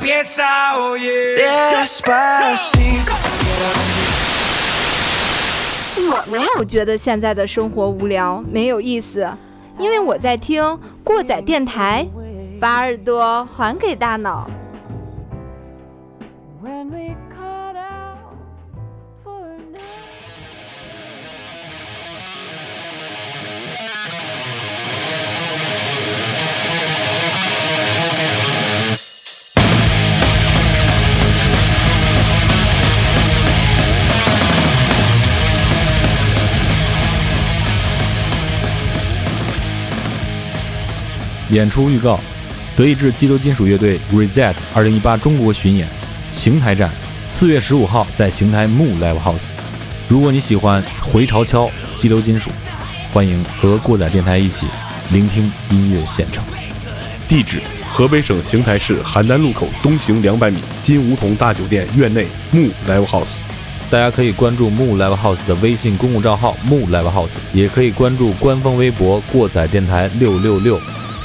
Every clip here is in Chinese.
Despacito. Despacito 我没有觉得现在的生活无聊，没有意思，因为我在听过载电台，把耳朵还给大脑。 when we called out for a night. 演出预告：德意志激流金属乐队 Reset 二零一八中国巡演，邢台站，四月十五号在邢台 Mo Live House。如果你喜欢回潮敲、激流金属，欢迎和过载电台一起聆听音乐现场。地址：河北省邢台市邯郸路口东行两百米金梧桐大酒店院内木 Live House。大家可以关注 Mo Live House 的微信公众账号 Mo Live House，也可以关注官方微博“过载电台六六六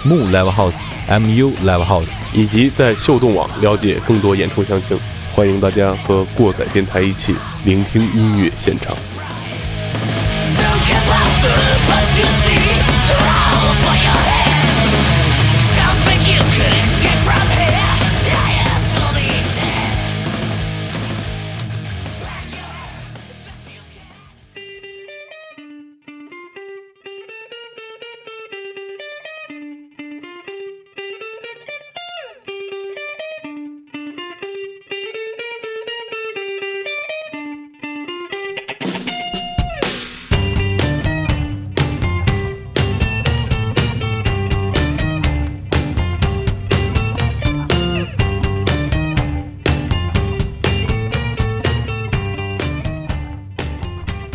”Mo Live House M U Live House。以及在秀动网了解更多演出详情。欢迎大家和过载电台一起聆听音乐现场。 Don't care about the bugs you see. They're all over your head. Don't think you could escape from here. Liars will be dead. Back your head. It's just you can't.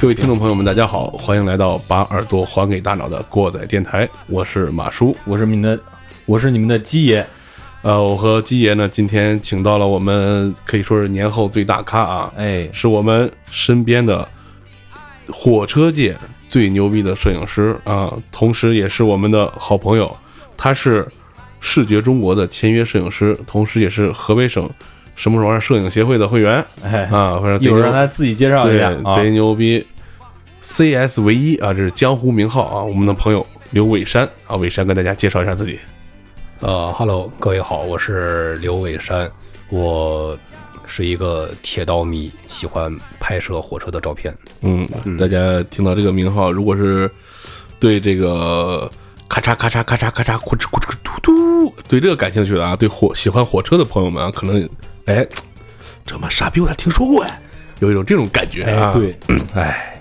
各位听众朋友们，大家好，欢迎来到把耳朵还给大脑的过载电台，我是马叔。我是你们的，我是你们的鸡爷。呃，我和鸡爷呢，今天请到了我们可以说是年后最大咖啊，哎，是我们身边的火车界最牛逼的摄影师啊，同时也是我们的好朋友，他是视觉中国的签约摄影师，同时也是河北省什么什么玩意儿摄影协会的会员哎，啊，反正一会儿让他他自己介绍一下啊。贼牛逼，CS 唯一啊，这是江湖名号啊，我们的朋友刘伟山啊，伟山跟大家介绍一下自己，呃哈喽，各位好，我是刘伟山，我是一个铁道迷，喜欢拍摄火车的照片。嗯，大家听到这个名号，如果是对这个咔嚓咔嚓咔嚓咔嚓咕哧咕哧嘟嘟对这个感兴趣的啊，对火喜欢火车的朋友们啊，可能哎，这妈傻逼我咋听说过呀？有一种这种感觉啊。哎，，对，哎，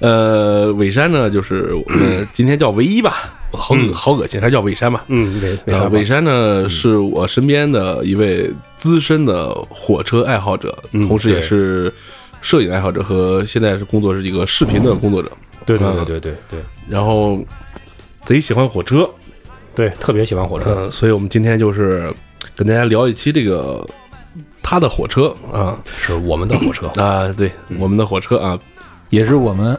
呃，伟山呢，就是我们今天叫唯一吧，我好嗯恶好恶心，他叫伟山吧。嗯，为为呃啥吧？伟山呢，是我身边的一位资深的火车爱好者，同时也嗯对是摄影爱好者和现在是工作是一个视频的工作者。对对嗯对对对对然后贼喜欢火车，对，特别喜欢火车。嗯、所以我们今天就是跟大家聊一期这个他的火车啊，是我们的火车啊，对，嗯我们的火车啊，也是我们，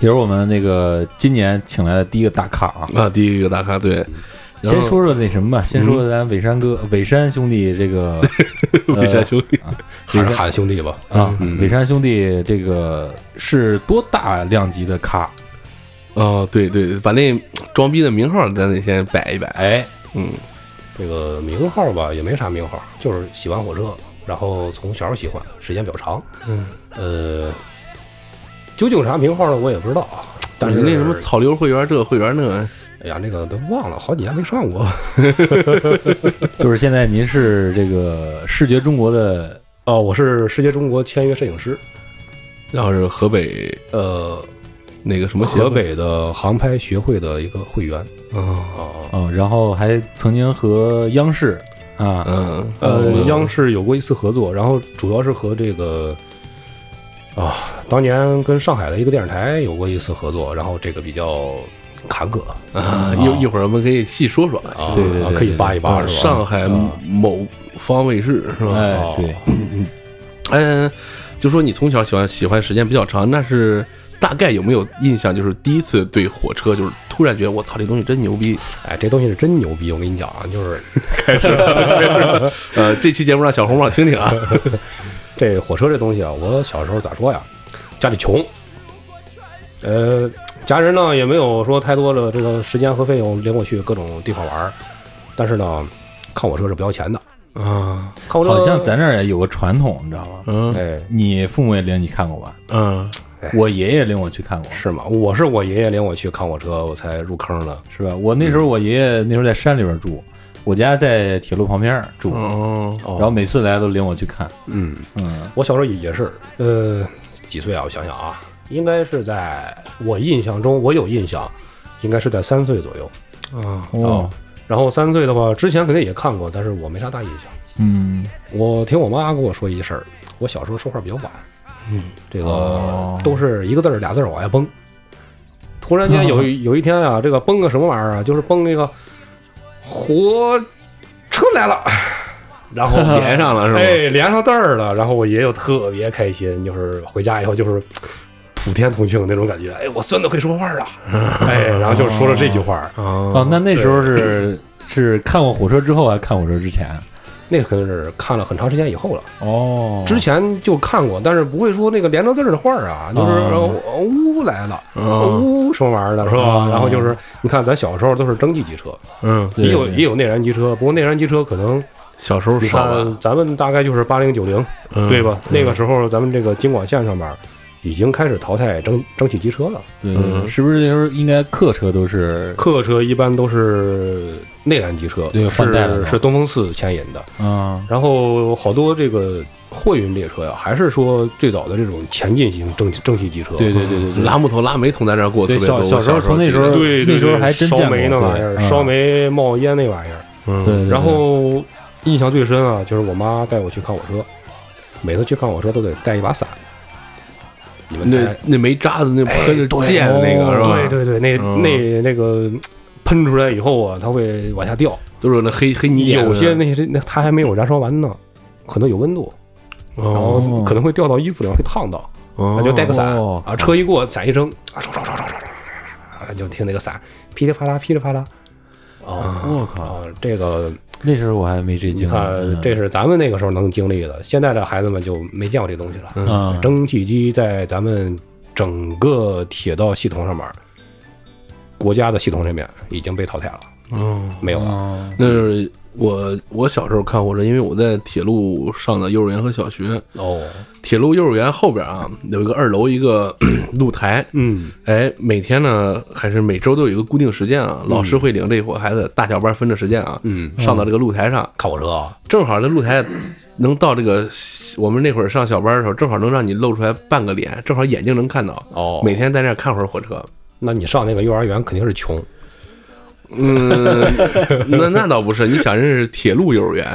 也是我们那个今年请来的第一个大咖啊。啊，第一个大咖 对，然后嗯先说说那什么吧，先说说咱伟山哥、伟山兄弟这 个魏山兄嗯弟，还是喊兄弟吧。呃啊，伟山兄弟这个是多大量级的咖？哦，对对，把那装逼的名号咱得先摆一摆，哎，嗯，这个名号吧也没啥名号，就是喜欢火车，然后从小喜欢，时间比较长。嗯，呃，究竟啥名号呢？我也不知道啊。但是那什么草榴会员这个会员那个，哎呀，那个都忘了，好几年没上过。 就是现在您是这个视觉中国的哦，我是世界中国签约摄影师，然后是河北呃，那个什么协会河，北的航拍学会的一个会员。嗯哦，嗯、然后还曾经和央视啊，嗯呃，嗯央视有过一次合作，然后主要是和这个啊，当年跟上海的一个电视台有过一次合作，然后这个比较坎坷啊，一一会儿我们可以细说说啊，啊，对对对啊可以扒一扒啊，是吧？上海啊某方卫视是吧？哎，对，嗯，就说你从小喜欢喜欢时间比较长，那是大概有没有印象？就是第一次对火车就是突突然觉得我操，这东西真牛逼。 哎，这东西是真牛逼，我跟你讲啊，就是呃，这期节目让小红让听听啊，这火车这东西啊，我小时候咋说呀？家里穷，呃，家人呢也没有说太多的这个时间和费用领我去各种地方玩儿，但是呢，看火车是不要钱的。啊，看火车好像咱这儿也有个传统，你知道吗？嗯哎你父母也领你看过吧？嗯，我爷爷领我去看过，是吗？我是我爷爷领我去看火车，我才入坑的。是吧？我那时候我爷爷那时候在山里边住，我家在铁路旁边住，哦，哦然后每次来都领我去看。嗯，嗯，我小时候也也是，呃，几岁啊？我想想啊，应该是在我印象中，我有印象，应该是在三岁左右。啊，哦，然后三岁的话，之前肯定也看过，但是我没啥大印象。嗯，我听我妈跟我说一事儿，我小时候说话比较晚，嗯，这个、哦都是一个字儿俩字儿往外蹦。突然间有 一有一天啊，这个蹦个什么玩意儿啊，就是蹦那个火车 来了，然后 连上了是吗？哎连上字儿了，然后我爷就特别开心，就是回家以后就是普天同庆那种感觉，哎，我孙子会说话了，哎，然后就说了这句话，哦哦，，那那时候是 是看过火车之后还是看火车之前？那可能是看了很长时间以后了。哦，之前就看过，但是不会说那个连着字儿的画儿啊，就是啊呃呜、来了，哦呜、什么玩意儿的，是吧？啊然后就是你看，咱小时候都是蒸汽机车，嗯，对也有对也有内燃机车，不过内燃机车可能小时候你少吧，看咱们大概就是八零九零，嗯对吧？那个时候咱们这个京广线上面已经开始淘汰蒸蒸汽机车了，对对，对嗯是不是那时候应该客车都是客车一般都是内燃机车，对换代了是都是东风四牵引的，啊？然后好多这个货运列车呀、还是说最早的这种前进型蒸蒸汽机车，对对对对对，嗯拉木头、拉煤从咱这儿过特对别小多。小我时时候从那记时候得对那时候对还真烧见过煤那玩意儿，对烧嗯煤冒烟那玩意儿。对嗯，对，对然后印象最深啊，就是我妈带我去看火车，每次去看火车都得带一把伞。你们那猜？那煤渣子那喷着溅的那个是吧？哎哦对对对，那嗯那那个喷出来以后啊，它会往下掉。都是那黑黑泥眼有子些那些那它还没有燃烧完呢，可能有温度，然哦后可能会掉到衣服里面，会烫到。哦那就带个伞哦啊，车一过，伞一扔啊，唰唰唰唰唰唰唰唰唰，就听那个伞噼里啪啦噼里啪啦。啊我啊嗯靠，，这个那时候我还没这你经历。看，这是咱们那个时候能经历的，现在的孩子们就没见过这东西了。啊，蒸汽机在咱们整个铁道系统上面，国家的系统里面已经被淘汰了，哦，没有了。啊那是我我小时候看火车，因为我在铁路上的幼儿园和小学，哦，铁路幼儿园后边啊有一个二楼一个 露台，嗯，哎，每天呢还是每周都有一个固定时间啊，老师会领这伙孩子大小班分着时间啊，嗯上到这个露台上，看火车啊，正好这露台能到这个我们那会儿上小班的时候，正好能让你露出来半个脸，正好眼睛能看到。哦每天在那儿看会儿火 车，那你上那个幼儿园肯定是穷，嗯， 那那倒不是，你想认识铁路幼儿园，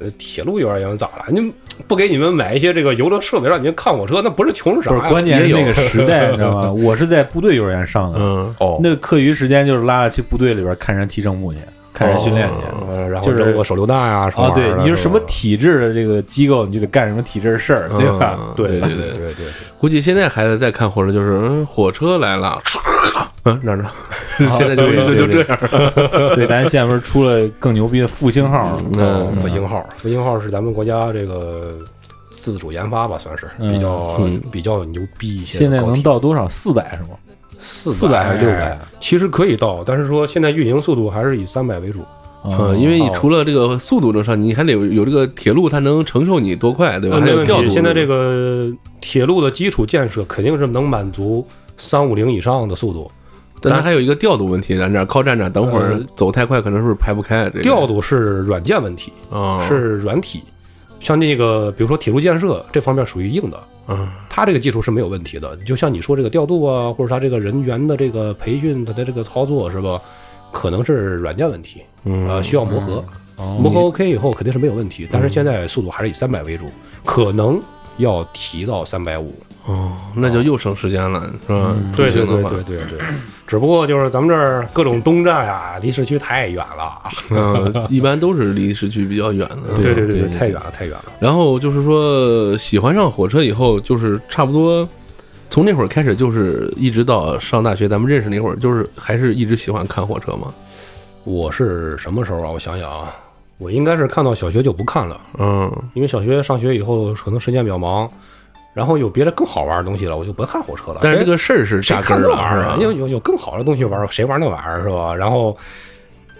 呃，铁路幼儿园咋了？你不给你们买一些这个游乐设备，让你们看火车，那不是穷是啥不呀？是关键也是有那个时 代，你知道吗？我是在部队幼儿园上的，嗯，哦，那个课余时间就是拉着去部队里边看人踢正步去，看人训练去。哦呃然后就是扔个手榴弹啊什么啊，玩意对儿的，你是什么吧体制的这个机构，你就得干什么体制的事儿，对吧嗯？对吧对对，对对，估计现在孩子在看火车就是，嗯，火车来了，嗯， 哪儿呢？ 哦现在就对对就就这样， 对，咱现在不是出了更牛逼的复兴号了？哦嗯，复兴号，复兴号是咱们国家这个自主研发吧，算是嗯比较嗯比较牛逼一些的现高在铁。能到多少？四百是吗？四哎400还是600？其实可以到，但是说现在运营速度还是以三百为主。啊嗯，因为哦你除了这个速度能上，你还得有有这个铁路，它能承受你多快，对吧？还没有问调题，度。呃嗯现在这个铁路的基础建设肯定是能满足三五零以上的速度。但它还有一个调度问题，咱这儿靠站长，等会儿嗯走太快，可能是不是排不开？这个调度是软件问题，啊，是软体。像那个，比如说铁路建设这方面属于硬的，嗯它这个技术是没有问题的。就像你说这个调度啊，或者它这个人员的这个培训，它的这个操作是吧？可能是软件问题，嗯呃，需要磨合，哦磨合 OK 以后肯定是没有问题。但是现在速度还是以三百为主，可能要提到三百五。哦，那就又省时间了，是吧？对对通行对的话嗯对对对。 只不过就是咱们这儿各种东站啊，离市区太远了。嗯，一般都是离市区比较远的。对对对对，对太远了太远了。然后就是说，喜欢上火车以后，就是差不多从那会儿开始，就是一直到上大学，咱们认识那会儿，就是还是一直喜欢看火车嘛。我是什么时候啊？我想想啊，我应该是看到小学就不看了，嗯，因为小学上学以后可能时间比较忙，然后有别的更好玩的东西了，我就不看火车了。但是谁这个事儿是谁扎看根这儿玩意儿了，啊？是有吧？有有更好的东西玩，谁玩那玩意儿是吧？然后，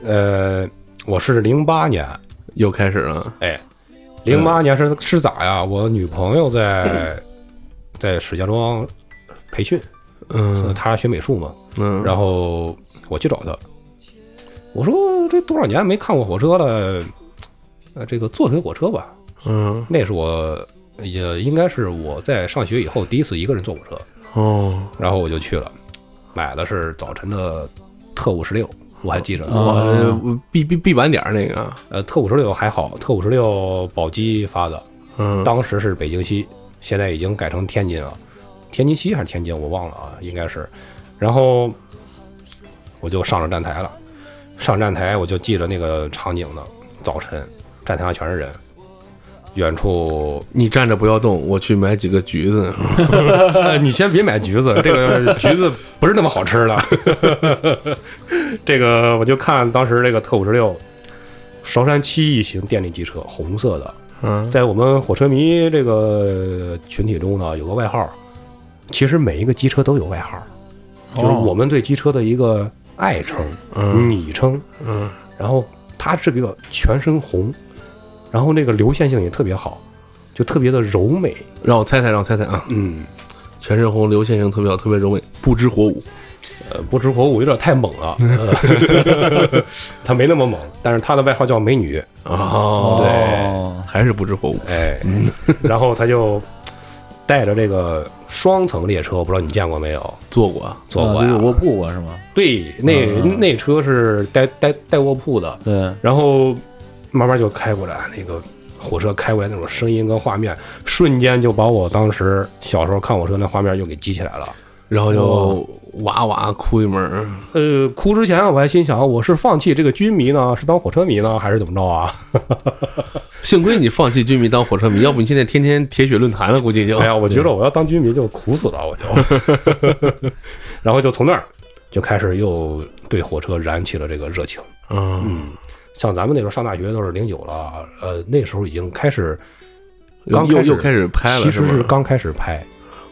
呃，我是零八年，又开始了，哎，零嗯八年是是咋呀？我女朋友在在石家庄培训，嗯她学美术嘛，嗯，然后我去找她，我说这多少年没看过火车了，呃，这个坐回火车吧。嗯那是我也应该是我在上学以后第一次一个人坐火车，哦，然后我就去了，买的是早晨的特务十六，我还记着呢。我这必必必晚点儿那个，啊呃，特务十六还好，特务十六宝鸡发的，嗯，当时是北京西，现在已经改成天津了，天津西还是天津，我忘了啊，应该是。然后我就上了站台了，上站台我就记着那个场景呢，早晨站台上全是人，远处你站着不要动，我去买几个橘子。呃，你先别买橘子，这 个橘子不是那么好吃的。 这个我就看当时这个特五十六，韶山七一型电力机车，红色的，嗯在我们火车迷这个群体中呢，有个外号。其实每一个机车都有外号，就是我们对机车的一个爱称、嗯昵称。嗯，然后它是个全身红，然后那个流线性也特别好，就特别的柔美。让我猜猜，让我猜猜啊！嗯，全身红，流线型特别好，特别柔美，不知火舞。呃，不知火舞有点太猛 了，呃 他没那么猛，但是他的外号叫美女，啊哦，对，还是不知火舞。哎，嗯然后他就带着这个双层列车，我不知道你见过没有，做过啊，坐过啊呀对？卧铺过是吗？对，那嗯那车是带带带卧铺的，对，然后慢慢就开过来，那个火车开过来那种声音跟画面，瞬间就把我当时小时候看火车那画面又给激起来了。然后就哇哇哭一门儿。呃，哭之前啊我还心想，我是放弃这个军迷呢，是当火车迷呢，还是怎么着啊？幸亏你放弃军迷当火 车迷，要不你现在天天铁血论坛了，估计就……哎呀，我觉得我要当军迷就苦死了，我就。 然后就从那儿就开始又对火车燃起了这个热情。嗯，嗯，像咱们那时候上大学都是零九了，呃，那时候已经开始，又刚开又始又开始拍了，其实是是吗？刚开始拍。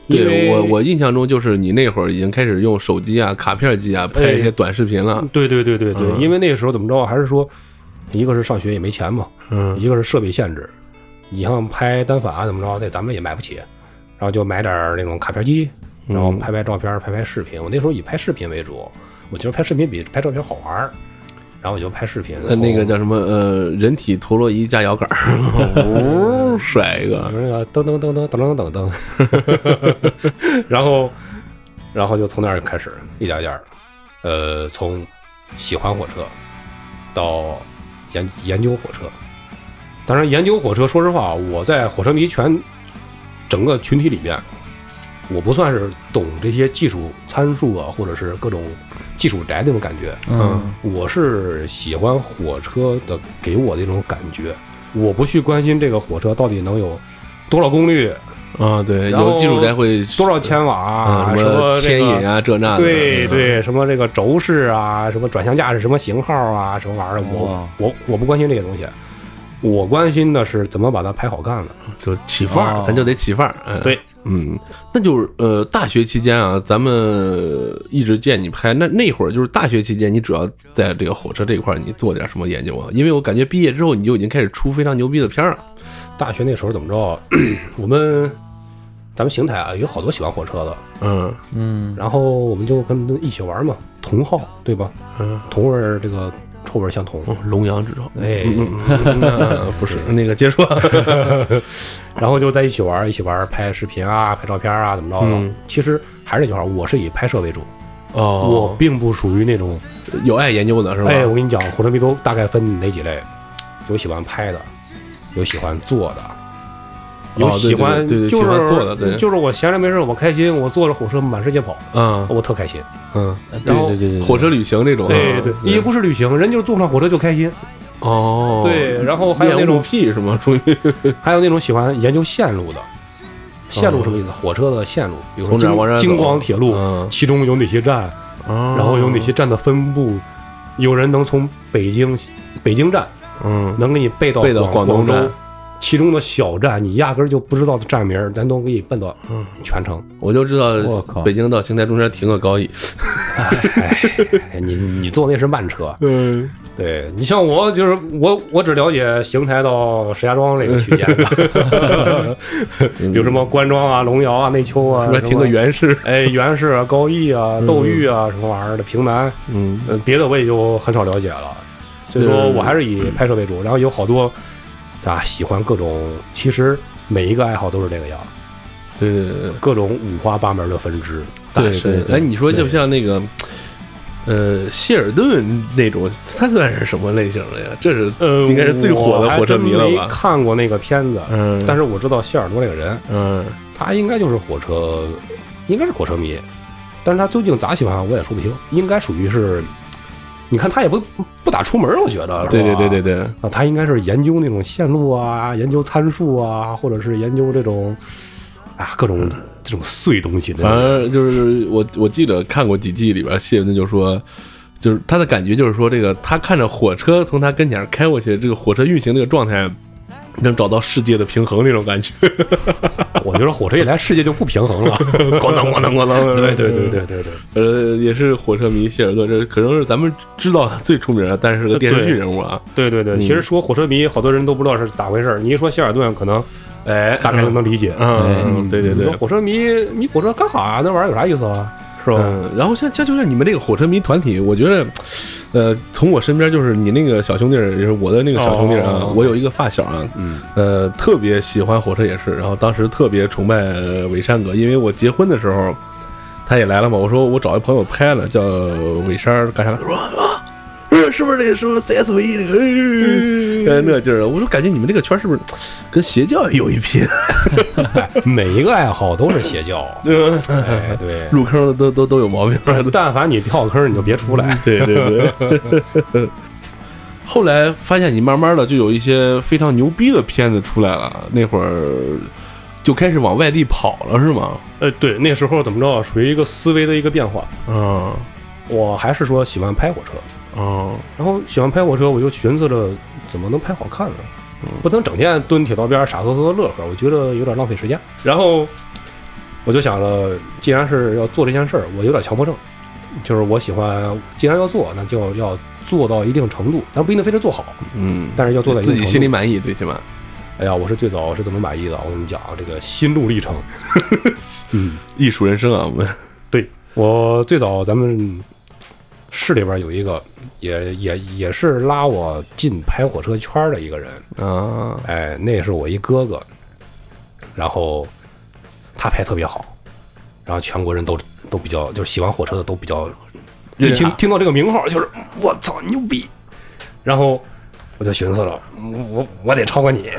因对为我我印象中就是你那会儿已经开始用手机啊、卡片机啊拍一些短视频了。对对对对对，嗯因为那时候怎么着，还是说，一个是上学也没钱嘛，嗯一个是设备限制，你像拍单反啊怎么着，那咱们也买不起，然后就买点儿那种卡片机，然嗯后拍拍照片儿，拍拍视频。我那时候以拍视频为主，我觉得拍视频比拍照片好玩儿，然后我就拍视频。呃，那个叫什么？呃，人体陀螺仪加摇杆儿，哦呜 甩一从个。那个噔噔噔噔噔噔噔噔， 然后然后就从那儿开始一点一点儿，呃，从喜欢火车到研研究火车。当然，研究火车，说实话，我在火车迷全整个群体里边，我不算是懂这些技术参数啊，或者是各种技术宅那种感觉。嗯，我是喜欢火车的给我的一种感觉，我不去关心这个火车到底能有多少功率、啊，对，然后有技术宅会多少千瓦、啊，什什么么这牵个引啊，这那的。对嗯，对，什么这个轴式啊，什么转向架是什么型号啊，什么玩意儿，我哦哇我我不关心这些东西，我关心的是怎么把它排好干了。就起范儿，哦咱就得起范儿。嗯，对，嗯，那就是呃，大学期间啊，咱们一直见你拍，那那会儿就是大学期间，你主要在这个火车这一块儿，你做点什么研究啊？因为我感觉毕业之后，你就已经开始出非常牛逼的片儿了。大学那时候怎么着， 我们咱们邢台啊有好多喜欢火车的，嗯嗯，然后我们就跟他一起玩嘛，同好对吧？嗯，同味儿这个臭味儿相同。哦龙阳之后，哎嗯 嗯嗯不是那个接说，然后就在一起玩儿，一起玩儿拍视频啊，拍照片啊，怎么着的。嗯其实还是那句话，我是以拍摄为主，我哦，并不属于那种。有爱研究的是吧？哎，我跟你讲，火车迷都大概分哪几类？有喜欢拍的，有喜欢做的，有哦哦对喜欢对对对就是喜欢做的对就是我闲着没事儿我开心，我坐着火车满世界跑，嗯我特开心。嗯，然后对对对对，火车旅行这种啊，对对，也不是旅行，人就是坐上火车就开心。哦，对，然后还有那恋物种癖是吗？属于还有那种喜欢研究线路的，线路什么意思？火车的线路，比如说哦从这儿往这京儿京走广铁路，嗯其中有哪些站，然然后有哪些站的分布，有人能从北京北京站嗯能给你背到背到广广东州站其中的小站，你压根儿就不知道的站名儿，咱都给你问到嗯全程。我就知我道靠北京到邢台中间停个高椅，哎你你坐那是慢车，嗯，对你像我就是我我只了解邢台到石家庄这个区间， 比如什么关庄啊、龙窑啊、内丘啊，还停个什么原市，哎袁氏啊、高邑啊、窦玉啊什么玩意儿的，平南，嗯呃，别的我也就很少了解了，所以说对我还是以拍摄为主。然后有好多啊，喜欢各种，其实每一个爱好都是这个样，对对对对。各种五花八门的分支。对但是哎，你说就对像那个，呃，谢尔顿那种，他算是什么类型的呀？这是呃，应该是最火的火车迷了我还真没吧看过那个片子，嗯，但是是我知道谢耳朵这个人，嗯，他应该就是火车，应该是火车迷，但是他究竟咋喜欢我也说不清，应该属于是。你看他也不不咋出门，我觉得。对对是吧对对对，啊，他应该是研究那种线路啊，研究参数啊，或者是研究这种啊各种这种碎东西的。反正就是我我记得看过几季里边，谢尔顿就说。就是他的感觉，就是说这个他看着火车从他跟前开过去，这个火车运行这个状态，能找到世界的平衡那种感觉， 我觉得火车一来，世界就不平 衡了。 咣当咣当咣 当。对对对对对对，呃，也是火车迷谢尔顿，这可能是咱们知道他最出名的，但是是个电视剧人物啊。对对对。嗯其实说火车迷，好多人都不知道是咋回事儿。你一说希尔顿，可能哎，大概就能理解。嗯，对对你对说，火车迷迷火车干啥呀？那玩意儿有啥意思啊？是吧？嗯，然后像像就是你们这个火车迷团体，我觉得，呃，从我身边就是你那个小兄弟儿，就是我的那个小兄弟儿啊，哦我有一个发小啊，嗯，呃，特别喜欢火车也是，然后当时特别崇拜呃伪山哥，因为我结婚的时候他也来了嘛，我说我找一朋友拍了，叫伪山儿干啥，他说啊，呃是不是那个什么 CSV 那个，呃呃那劲儿，我说感觉你们这个圈儿是不是跟邪教也有一拼， 每一个爱好都是邪教。哎， 对。入坑的都都都有毛病， 啊但凡你跳坑，你就别 出来。对对对。后来发现你慢慢的就有一些非常牛逼的片子出来了，那会儿就开始往外地跑了，是吗？呃，对，那时候怎么着，属于一个思维的一个变化。嗯我还是说喜欢拍火车，嗯然后喜欢拍火车，我就寻思着怎么能拍好看呢？不能整天蹲铁道边儿傻呵呵乐呵，我觉得有点浪费时间。然后我就想了，既然是要做这件事儿，我有点强迫症，就是我喜欢，既然要做，那就要做到一定程度，咱不一定非得做好。嗯，但是要做到一定自己程心里度满意，最起码哎呀，我是最早是怎么满意的？我跟你讲啊，这个心路历程。嗯，艺术人生啊，我们对我最早咱们市里边有一个，也也也是拉我进拍火车圈儿的一个人，啊，哎，那是我一哥哥，然后他拍特别好，然后全国人都都比较就是喜欢火车的都比较，一认听啊听到这个名号就是我操牛逼，然后我就寻思了，我我得超过你，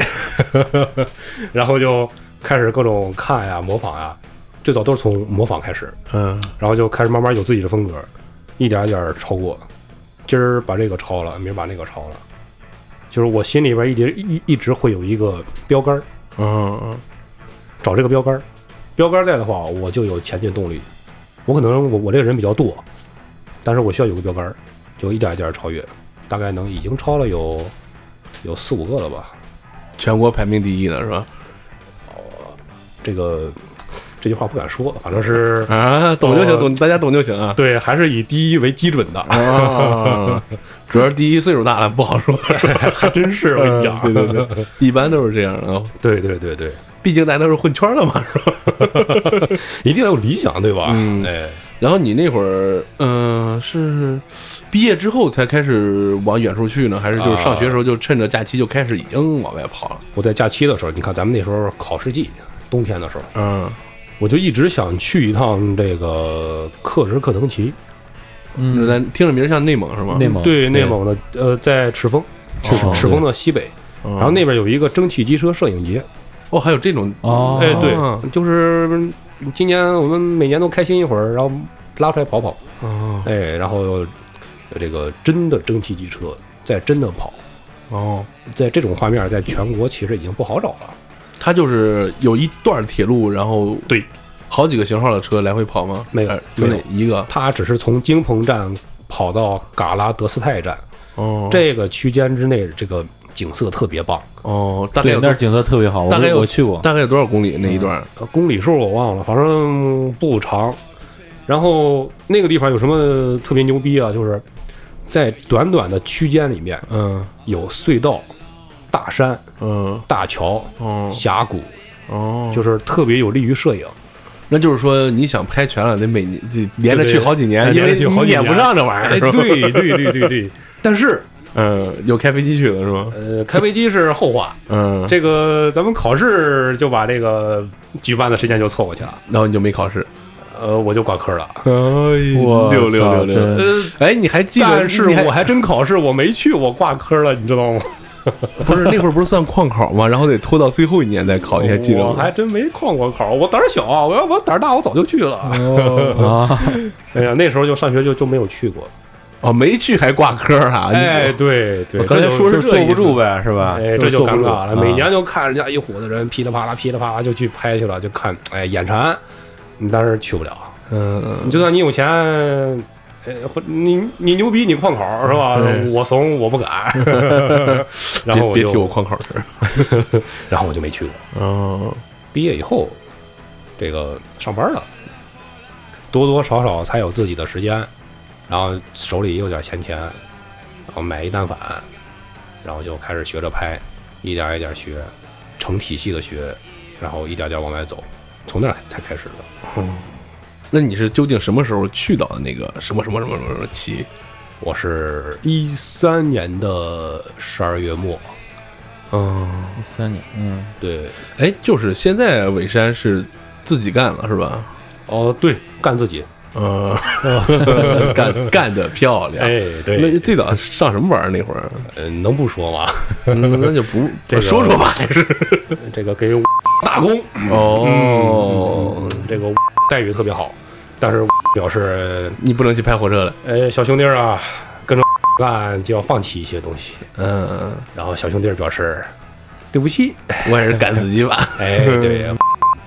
然后就开始各种看呀模仿呀，最早都是从模仿开始，嗯然后就开始慢慢有自己的风格，一点儿一点儿超过，今儿把这个超了，明儿把那个超了，就是我心里边一直一一直会有一个标杆儿，嗯找这个标杆儿，标杆儿在的话，我就有前进动力。我可能我我这个人比较惰，但是我需要有个标杆儿，就一点儿一点儿超越，大概能已经超了有有四五个了吧。全国排名第一的是吧？这个这句话不敢说，反正是啊，懂就行，我懂大家懂就行 啊。 对，还是以第一为基准的，啊，主要是第一岁数大了，不好 说。还真是我跟你讲，对对对， 一般都是这样的啊， 对对对对。毕竟大家都是混圈的嘛，是吧？一定要有理想，对吧？嗯哎，然后你那会儿，嗯、是毕业之后才开始往远处去呢，还是就是上学的时候就趁着假期就开始已经往外跑了？我在假期的时候，你看咱们那时候考试季，冬天的时候，嗯我就一直想去一趟这个克什克腾旗，就是嗯，咱听着名儿像内蒙是吗？内蒙对内蒙的，呃，在赤峰，赤哦赤峰的西北，嗯，然后那边有一个蒸汽机车摄影节，哦还有这种哦，哎，对，就是今年我们每年都开心一会儿，然后拉出来跑跑，哦哎，然后这个真的蒸汽机车在真的跑，哦，在这种画面，在全国其实已经不好找了。它就是有一段铁路，然后对好几个型号的车来回跑吗？没有哎就没那有一个它只是从京鹏站跑到嘎拉德斯泰站，哦，这个区间之内，这个景色特别棒。哦，大概对有，那多儿景色特别好，我大概有我去过，大概有多少公里那一段？呃，公里数我忘了，反正不长。然后那个地方有什么特别牛逼啊？就是在短短的区间里面，嗯有隧道、大山、嗯大桥、哦峡谷，哦，就是特别有利于摄影。那就是说你想拍全了，得每年得连着去好几年，对因为哎连着去好你几撵年不上这玩意儿，哎，是吧？对对对对对。但是，嗯，有开飞机去的是吗？呃，开飞机是后话，嗯， 这个咱们考试就把这个举办的时间就错过去了。然后你就没考试。呃，我就挂科了。哎，我六六六操六。真呃，哎，你还记得？但是你还我还真考试，我没去，我挂科了，你知道吗？不 是那会儿不是算旷考吗？然后得拖到最后一年再考，你还记得我吗还？真没旷过考，我胆儿小，啊我要我胆儿大，我早就去了。嗯啊，哎呀，那时候就上学就就没有去过。哦，没去还挂科啊？你哎，对对，我刚才这就说是就是这坐意思不住呗，是吧？就哎，这是就坐不尴住尬了。啊每年就看人家一伙子人噼里啪啦、噼里啪啦就去拍去了，就看哎眼馋，你但是去不了。啊嗯你就算你有钱，呃，或你你牛逼，你旷考是吧？对我怂，我不敢。然后别别就提我旷考的事儿。然后我就没去过。嗯，毕业以后，这个上班了，多多少少才有自己的时间，然后手里也有点闲钱，然后买一单反，然后就开始学着拍，一点一点学，成体系的学，然后一点点往外走，从那儿才开始的。那你是究竟什么时候去到的那个什么什么什么什么什么期？我是一三年的十二月末，嗯，三年，嗯，对，哎，就是现在尾山是自己干了是吧？哦，对，干自己，嗯，呃 干干的漂亮。哎，那对，最早上什么班儿啊那会儿？呃能不说吗？嗯那就 不这个说说吧，还是这个给我 打工。嗯哦，这个待遇特别好，但是表示，你不能去拍火车了。呃，小兄弟儿啊，跟着干就要放弃一些东西。嗯，然后小兄弟儿表示，对不起，我也是干自己吧，哎，对，嗯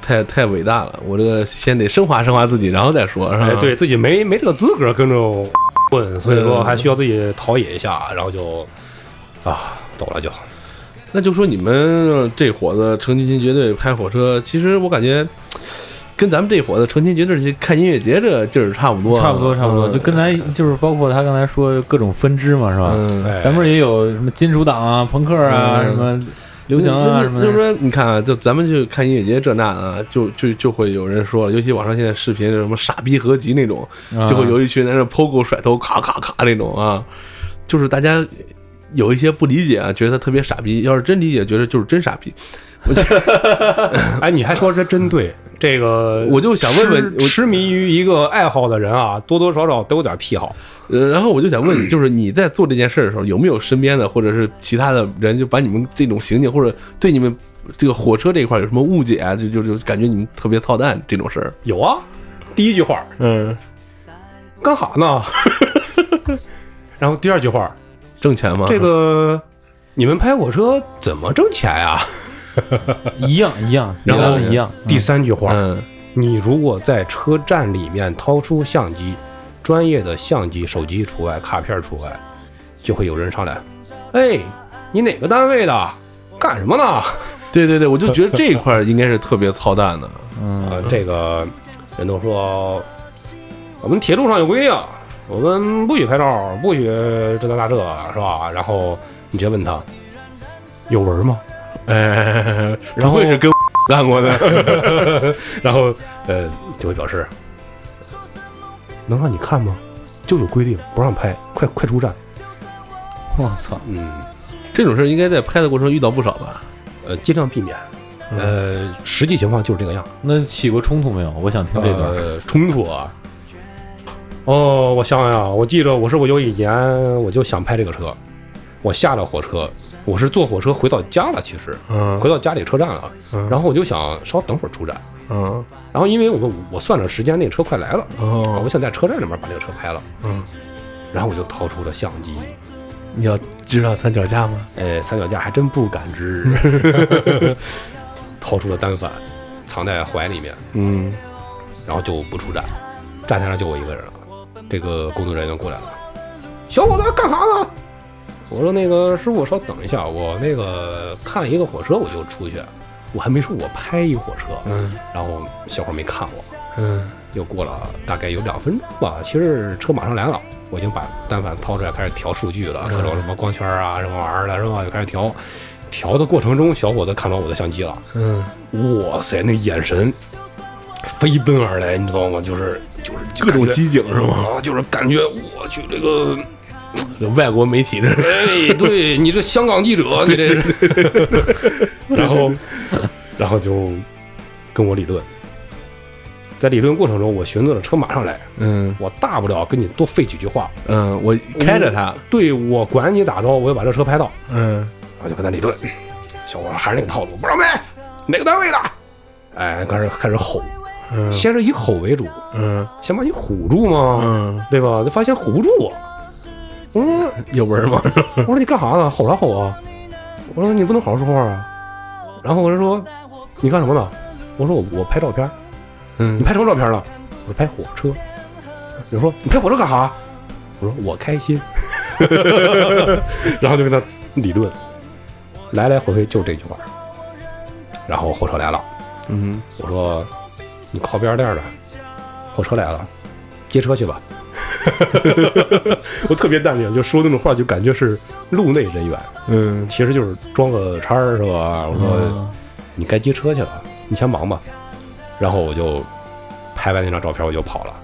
太太伟大了。我这个先得升华升华自己，然后再说，是吧哎，对，自己没没这个资格跟着混，所以嗯说还需要自己陶冶一下，然后就啊走了就，那就说你们这伙子成群结队拍火车，其实我感觉跟咱们这伙子成群结队去看音乐节这劲儿差不多啊，差不多差不多，嗯就跟咱就是包括他刚才说各种分支嘛，是吧？嗯，哎，咱们也有什么金属党啊、朋克啊、嗯什么流行那啊那什么就是的。说，你看啊，就咱们去看音乐节这那啊，就就就会有人说了，尤其网上现在视频什么傻逼合集那种，啊就会有一群在那 POGO 甩头咔咔咔那种啊，就是大家有一些不理解啊，觉得他特别傻逼。要是真理解，觉得就是真傻逼。哎，你还说这真对，这个我就想问问痴我痴迷于一个爱好的人啊，多多少少都有点癖好。呃，然后我就想 问你，就是你在做这件事儿的时候，有没有身边的或者是其他的人就把你们这种行径或者对你们这个火车这一块有什么误解啊？就就就感觉你们特别操蛋这种事儿。有啊，第一句话，嗯，干哈呢？ 然后第二句话，挣钱吗？这个你们拍火车怎么挣钱呀、一样一样，然后一样一样。第三句话，嗯。你如果在车站里面掏出相机，专业的相机、手机除外，卡片除外，就会有人上来，哎，你哪个单位的？干什么呢？对对对，我就觉得这一块儿应该是特别操蛋的。嗯，呃，这个人都说，我们铁路上有规定，我们不许拍照，不许这那那这，是吧？然后你直接问他，有纹吗？ 哎，然不后会是跟 干过的？然后呃就会表示，能让你看吗？就有规定不让拍，快快出站。我操，嗯， 这种事儿应该在拍的过程中遇到不少吧？呃，尽量避免。呃，实际情况就是这个样。那起过冲突没有？我想听这段。呃、冲突啊。哦，我想想啊，我记着，我是我有一年我就想拍这个车，我下了火车，我是坐火车回到家了，其实嗯回到家里车站了，嗯然后我就想稍等会儿出站，嗯然后因为我我算着时间，那个车快来了，啊，哦我，想在车站里面把这个车拍了，嗯，然后我就掏出了相机，呃你要知道三脚架吗？ 哎，三脚架还真不敢支，掏出了单反，藏在怀里面，嗯，然后就不出站，站台上就我一个人了。这个工作人员过来了，小伙子干啥呢？我说那个师傅稍等一下，我那个看一个火车我就出去，我还没说我拍一火车，嗯，然后小伙没看我，嗯，又过了大概有两分钟吧，其实车马上来了，我已经把单反掏出来开始调数据了，各种什么光圈啊什么玩意儿的，是吧？就开始调，调的过程中，小伙子看到我的相机了，嗯，哇塞，那眼神飞奔而来，你知道吗？就是就是各种激机警是吗？啊，就是感觉我去这个，这外国媒体这是哎，对你这香港记者，你这是， 然后然后就跟我理论。在理论过程中，我寻思着车马上来，嗯我大不了跟你多费几句话，嗯，我开着它，对我管你咋着，我要把这车拍到，嗯然后就跟他理论。小伙还是那个套路，不让拍，哪个单位的？哎，开始开始吼，哎嗯先是以吼为主，嗯先把你唬住嘛，嗯，对吧？就发现唬不住我，我说嗯有文 吗？我说你干啥呢？吼啥吼啊？我说你不能好好说话啊。然后我就说你干什么呢？我说我我拍照片。你嗯拍什么照片了？我说拍火车。人说你拍火车干啥？我说我 开心。 然后就跟他理论，来来回回就这句话。然后火车来了，嗯，我说你靠边儿站着，火车来了，接车 去吧。我特别淡定，就说那种话，就感觉是路内人员，嗯其实就是装个叉儿是吧？我说、你该接车去了，你先忙吧。然后我就拍完那张照片，我就跑了。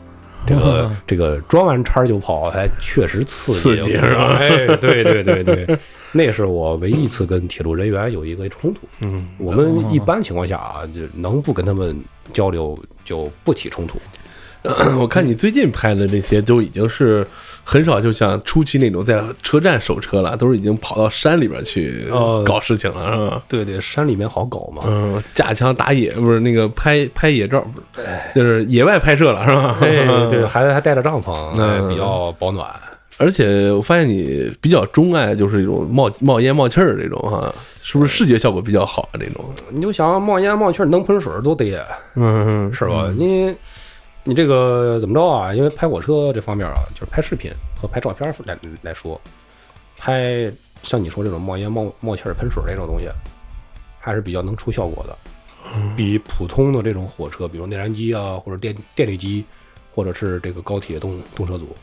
这个这个装完叉儿就跑，还确实刺激，刺激是吧哎，对对对对，那是我唯一一次跟铁路人员有一个冲突。嗯，我们一般情况下啊，就能不跟他们交流就不起冲突。 我看你最近拍的那些都已经是很少，就像初期那种在车站守车了，都是已经跑到山里边去哦搞事情了，是吧？对对，山里面好搞嘛。嗯，架枪打野不是那个拍拍野照，不是就是野外拍摄了，是吧？哎，对，还还带着帐篷，哎嗯比较保暖。 而且我发现你比较钟爱就是这种冒冒烟冒气儿这种哈，是不是视觉效果比较好啊？这种，你就想冒烟冒气儿，能喷水儿都得，嗯是吧？你你这个怎么着啊？因为拍火车这方面啊，就是拍视频和拍照片儿来来说，拍像你说这种冒烟冒冒气儿、喷水儿这种东西，还是比较能出效果的，嗯比普通的这种火车，比如内燃机啊，或者电电力机，或者是这个高铁动动车组。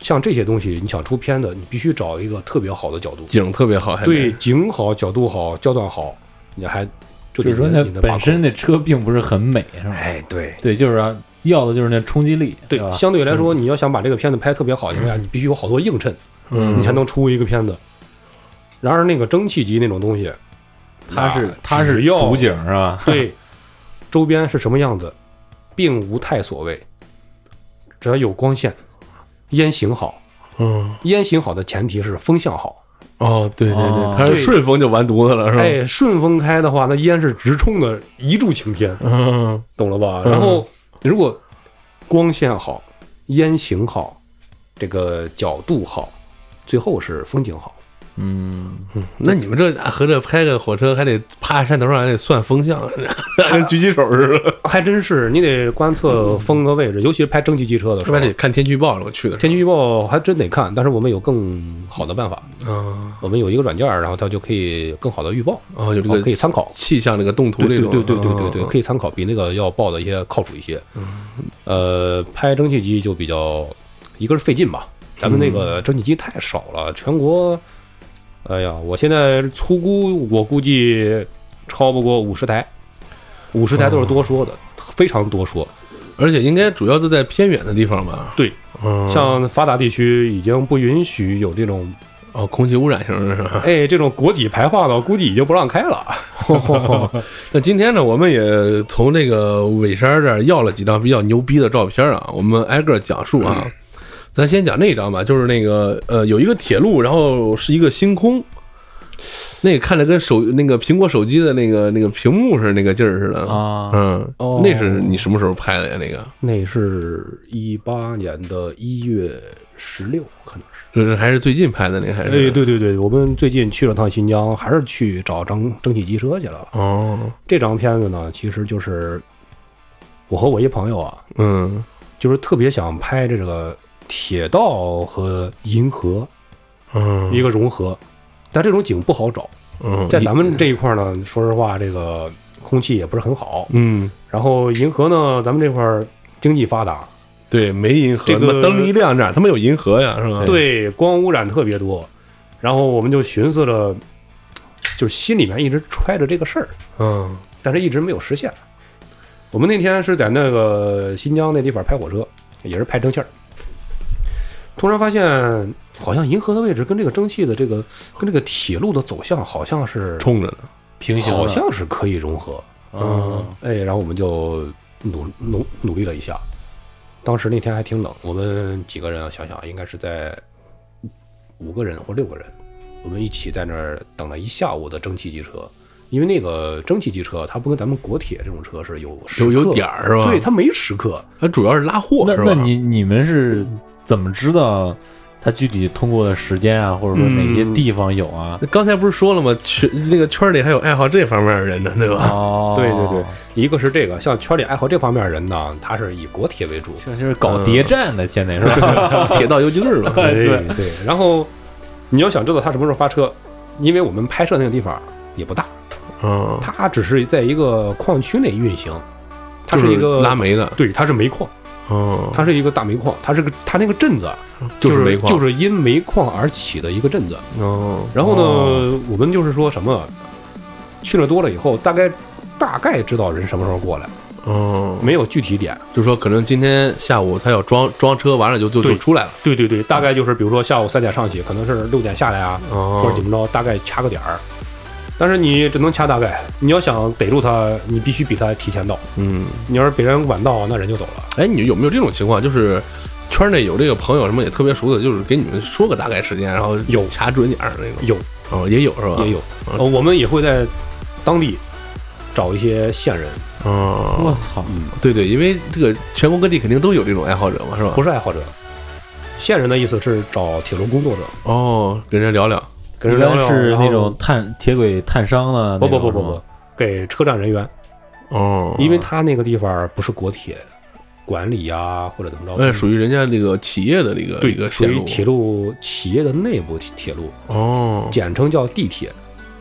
像这些东西，你想出片子，你必须找一个特别好的角度，景特别好，还得对景好、角度好、焦段好，你还就就是说那那本身那车并不是很美，是吧？哎，对对，就是啊要的就是那冲击力，对是，吧？相对来嗯说，你要想把这个片子拍得特别好的情况下，你必须有好多映衬，嗯你才能出一个片子。然而那个蒸汽机那种东西，它是那它是只要主景是吧？ 对周边是什么样子，并无太所谓，只要有光线，烟行好，嗯烟行好的前提是风向好。哦，对对哦对，他是顺风就完犊子了，嗯是吧？哎，顺风开的话，那烟是直冲的，一柱擎天。嗯懂了吧？然后如果光线好、烟型好、这个角度好，最后是风景好。嗯， 那你们这啊合着拍个火车还得趴山头上还得算风向，跟狙击手似的，还真是，你得观测风的位置，尤其是拍蒸汽机车的时是吧？候，得看天气预报了，我去的时候天气预报还真得看。但是我们有更好的办法，嗯我们有一个软件儿，然后它就可以更好的预报，哦，有这哦个可以参考。气象这个动图对这对种，对对对对对，嗯可以参考，比那个要报的一些靠谱一些。呃，拍蒸汽机就比较，一个是费劲吧，咱们那个蒸汽机太少了，全国，哎呀，我现在粗估，我估计超不过五十台，五十台都是多说的，非常多说。而且应该主要都在偏远的地方吧？对，嗯，像发达地区已经不允许有这种，哦，空气污染型的是 吧？哎，这种国企排放的，我估计已经不让开了。哦 那今天呢，我们也从这个尾山这儿要了几张比较牛逼的照片啊，我们挨个讲述啊。嗯咱先讲那张吧，就是那个呃，有一个铁路，然后是一个星空，那个看着跟手那个苹果手机的那个那个屏幕似的那个劲儿似的啊嗯，哦那是你什么时候拍的呀？那个那是一八年的一月十六，可能是。就是还是最近拍的那个还是？哎，对对对，我们最近去了趟新疆，还是去找蒸蒸汽机车去了。哦，这张片子呢，其实就是我和我一朋友啊，嗯就是特别想拍这个铁道和银河嗯，一个融合，但这种景不好找，嗯在咱们这一块儿呢，说实话，这个空气也不是很好。嗯，然后银河呢，咱们这块儿经济发达，对，没银河，这个他妈灯一亮这儿，他妈有银河呀，是吧？，对光污染特别多，然后我们就寻思着，就心里面一直揣着这个事儿，嗯但是一直没有实现。我们那天是在那个新疆那地方拍火车，也是拍蒸汽儿，突然发现好像银河的位置跟这个蒸汽的这个跟这个铁路的走向好像是冲着呢，平行好的像是可以融合。嗯啊，哎，然后我们就努努努力了一下。当时那天还挺冷，我们几个人啊，想想应该是在五个人或六个人，我们一起在那儿等了一下午的蒸汽机车，因为那个蒸汽机车它不跟咱们国铁这种车是有时有有刻点儿是吧？对，它没时刻，它主要是拉货那是吧？那你你们是怎么知道它具体通过的时间啊，或者说哪些地方有啊？那刚才不是说了吗？群那个圈里还有爱好这方面的人呢，对吧？哦，对对对，一个是这个，像圈里爱好这方面的人呢，他是以国铁为主， 像就是搞谍战的，现在是吧？铁道游击队嘛，对对。然后你要想知道他什么时候发车，因为我们拍摄那个地方也不大，嗯，它只是在一个矿区内运行，它就是一个拉，煤的，对，它是煤矿，哦，它是一个大煤矿，它是个它那个镇子啊就是是煤矿，就是因煤矿而起的一个镇子。哦，然后呢，我们就是说什么，去了多了以后，大概大概知道人什么时候过来，哦，没有具体点。就说可能今天下午他要装装车，完了就就对就出来了，对对对，大概就是比如说下午三点上去，可能是六点下来啊，或者哦怎，么着，大概掐个点儿。但是你只能掐大概，你要想逮住他，你必须比他提前到。嗯，你要是比人晚到，那人就走了。哎，你有没有这种情况？就是圈内有这个朋友什么也特别熟的，就是给你们说个大概时间，然后有掐准点儿那种，有哦，也有是吧？也，有。嗯呃，我们也会在当地找一些线人， 我嗯哦，操，对对，因为这个全国各地肯定都有这种爱好者嘛，是吧？不是爱好者。线人的意思是找铁路工作者，哦，跟人家聊聊，跟一人聊般聊是然后那种探铁轨探伤了，不不那种不不是吗不，，给车站人员，哦，因为他那个地方不是国铁管理呀、或者怎么着，哎，属于人家那个企业的那个一对个属线于路，铁路企业的内部铁路，哦，简称叫地铁，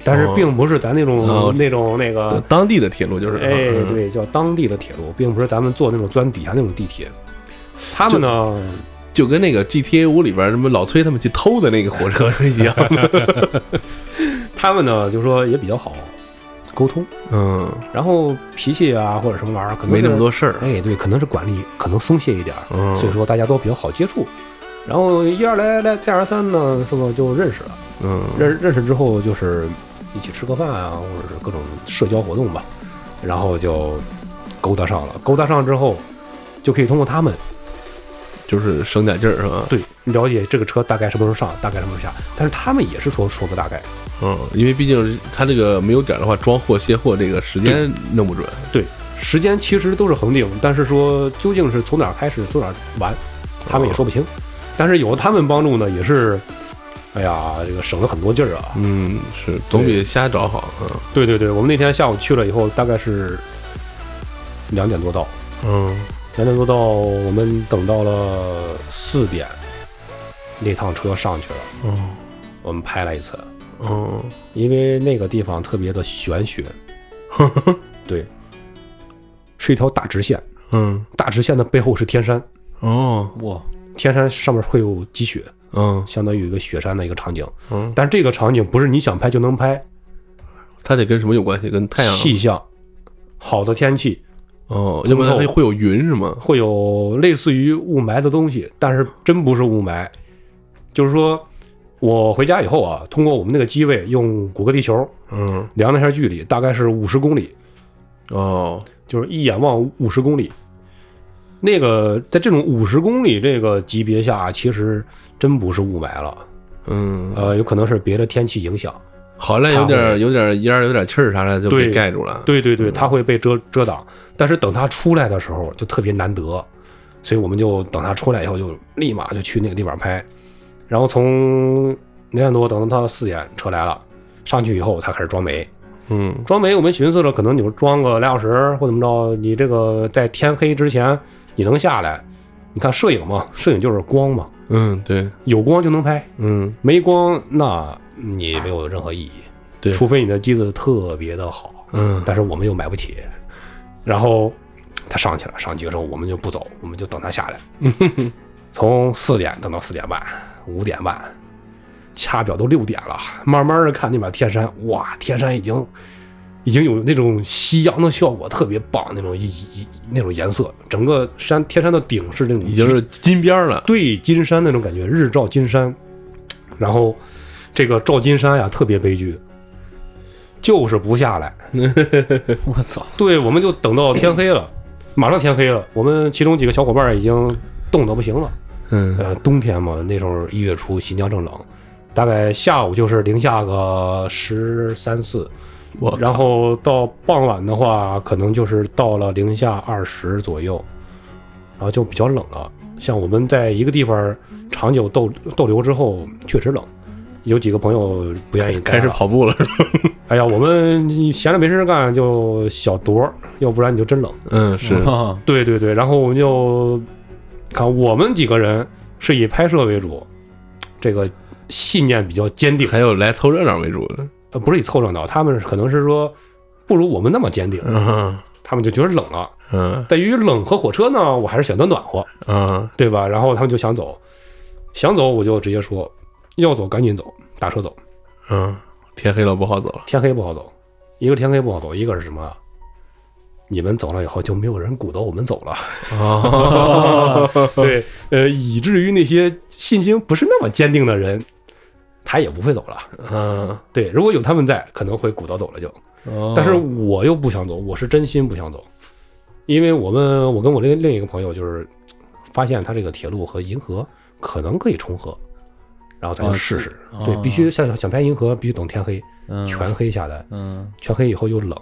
但是哦并不是咱那种、哦那种那个呃当地的铁路就是，哎，嗯，对，叫当地的铁路，并不是咱们坐那种钻底下那种地铁。他们呢，就跟那个 GTA 五里边什么老崔他们去偷的那个火车是 一样的，他们呢，就说也比较好沟通，嗯，然后脾气啊或者什么玩意儿，可能没那是么多，事儿，哎，对，可能是管理可能松懈一点儿，嗯所以说大家都比较好接触。然后一而来，来再而三呢，是吧？就认识了，嗯，认认识之后就是一起吃个饭啊，或者是各种社交活动吧，然后就勾搭上了。勾搭上之后，就可以通过他们就是省点劲儿是吧？对，了解这个车大概什么时候上，大概什么时候下。但是他们也是说说个大概，嗯，因为毕竟他这个没有点儿的话，装货卸货这个时间弄不准，对，时间其实都是恒定，但是说究竟是从哪儿开始，从哪儿完，他们也说不清。但是有了他们帮助呢，也是，哎呀，这个省了很多劲儿啊。嗯，是总比瞎找好，对对对，我们那天下午去了以后，大概是两点多到，嗯两点多到，我们等到了四点，那趟车上去了，嗯哦我们拍了一次，哦，因为那个地方特别的玄 学，对，是一条大直线，嗯大直线的背后是天山，哦哇，天山上面会有积雪，嗯相当于有一个雪山的一个场景。嗯，但这个场景不是你想拍就能拍，它得跟什么有关系？跟太阳气象，好的天气哦，要不然它会有云是吗？会有类似于雾霾的东西，但是真不是雾霾，就是说。我回家以后啊，通过我们那个机位用谷歌地球嗯量了一下距离，大概是五十公里，哦就是一眼望五十公里。那个在这种五十公里这个级别下，其实真不是雾霾了，嗯，呃，有可能是别的天气影响。好赖有点儿有点儿烟儿有点儿气儿啥的就给对盖住了，对对对，它会被遮遮挡，但是等它出来的时候就特别难得，所以我们就等他出来以后，就立马就去那个地方拍。然后从两点多等到他四点车来了，上去以后他开始装煤。嗯装煤我们寻思着可能你就装个俩小时或怎么着，你这个在天黑之前你能下来。你看摄影嘛，摄影就是光嘛，嗯，对，有光就能拍，嗯没光那你没有任何意义。对，除非你的机子特别的好，嗯但是我们又买不起。然后他上去了，上去了之后我们就不走，我们就等他下来， 从四点等到四点半、五点半，掐表都六点了，慢慢的看那边天山，哇，天山已经已经有那种夕阳的效果，特别棒，那种一一那种颜色，整个山天山的顶是那种已经是金边了，对金山那种感觉，日照金山。然后这个照金山呀，特别悲剧，就是不下来。我操，对，我们就等到天 黑了，马上天黑了，我们其中几个小伙伴已经冻得不行了。嗯呃，冬天嘛，那时候一月初，新疆正冷，大概下午就是零下个十三四，我然后到傍晚的话，可能就是到了零下二十左右，然后就比较冷了。像我们在一个地方长久逗逗留之后，确实冷。有几个朋友不愿意待开始了，跑步了，是吧哎呀，我们闲着没事干就小酌，要不然你就真冷。嗯是，啊对对对，然后我们就看我们几个人是以拍摄为主，这个信念比较坚定，还有来凑热闹为主的，呃，不是以凑热闹，他们可能是说不如我们那么坚定，嗯他们就觉得冷了。嗯对于冷和火车呢，我还是选择暖和，嗯对吧？然后他们就想走，想走我就直接说，要走赶紧走，打车走。嗯，天黑了不好走 了，天黑不好走，一个天黑不好走，一个是什么啊？你们走了以后就没有人鼓捣我们走了。对，嗯呃，以至于那些信心不是那么坚定的人，他也不会走了。嗯，对，如果有他们在，可能会鼓捣走了就。嗯哦但是我又不想走，我是真心不想走，因为我们我跟我另另一个朋友就是发现他这个铁路和银河可能可以重合，然后咱就啊试试。是对啊，必须想想拍银河，必须等天黑，嗯全黑下来，嗯全黑以后又冷，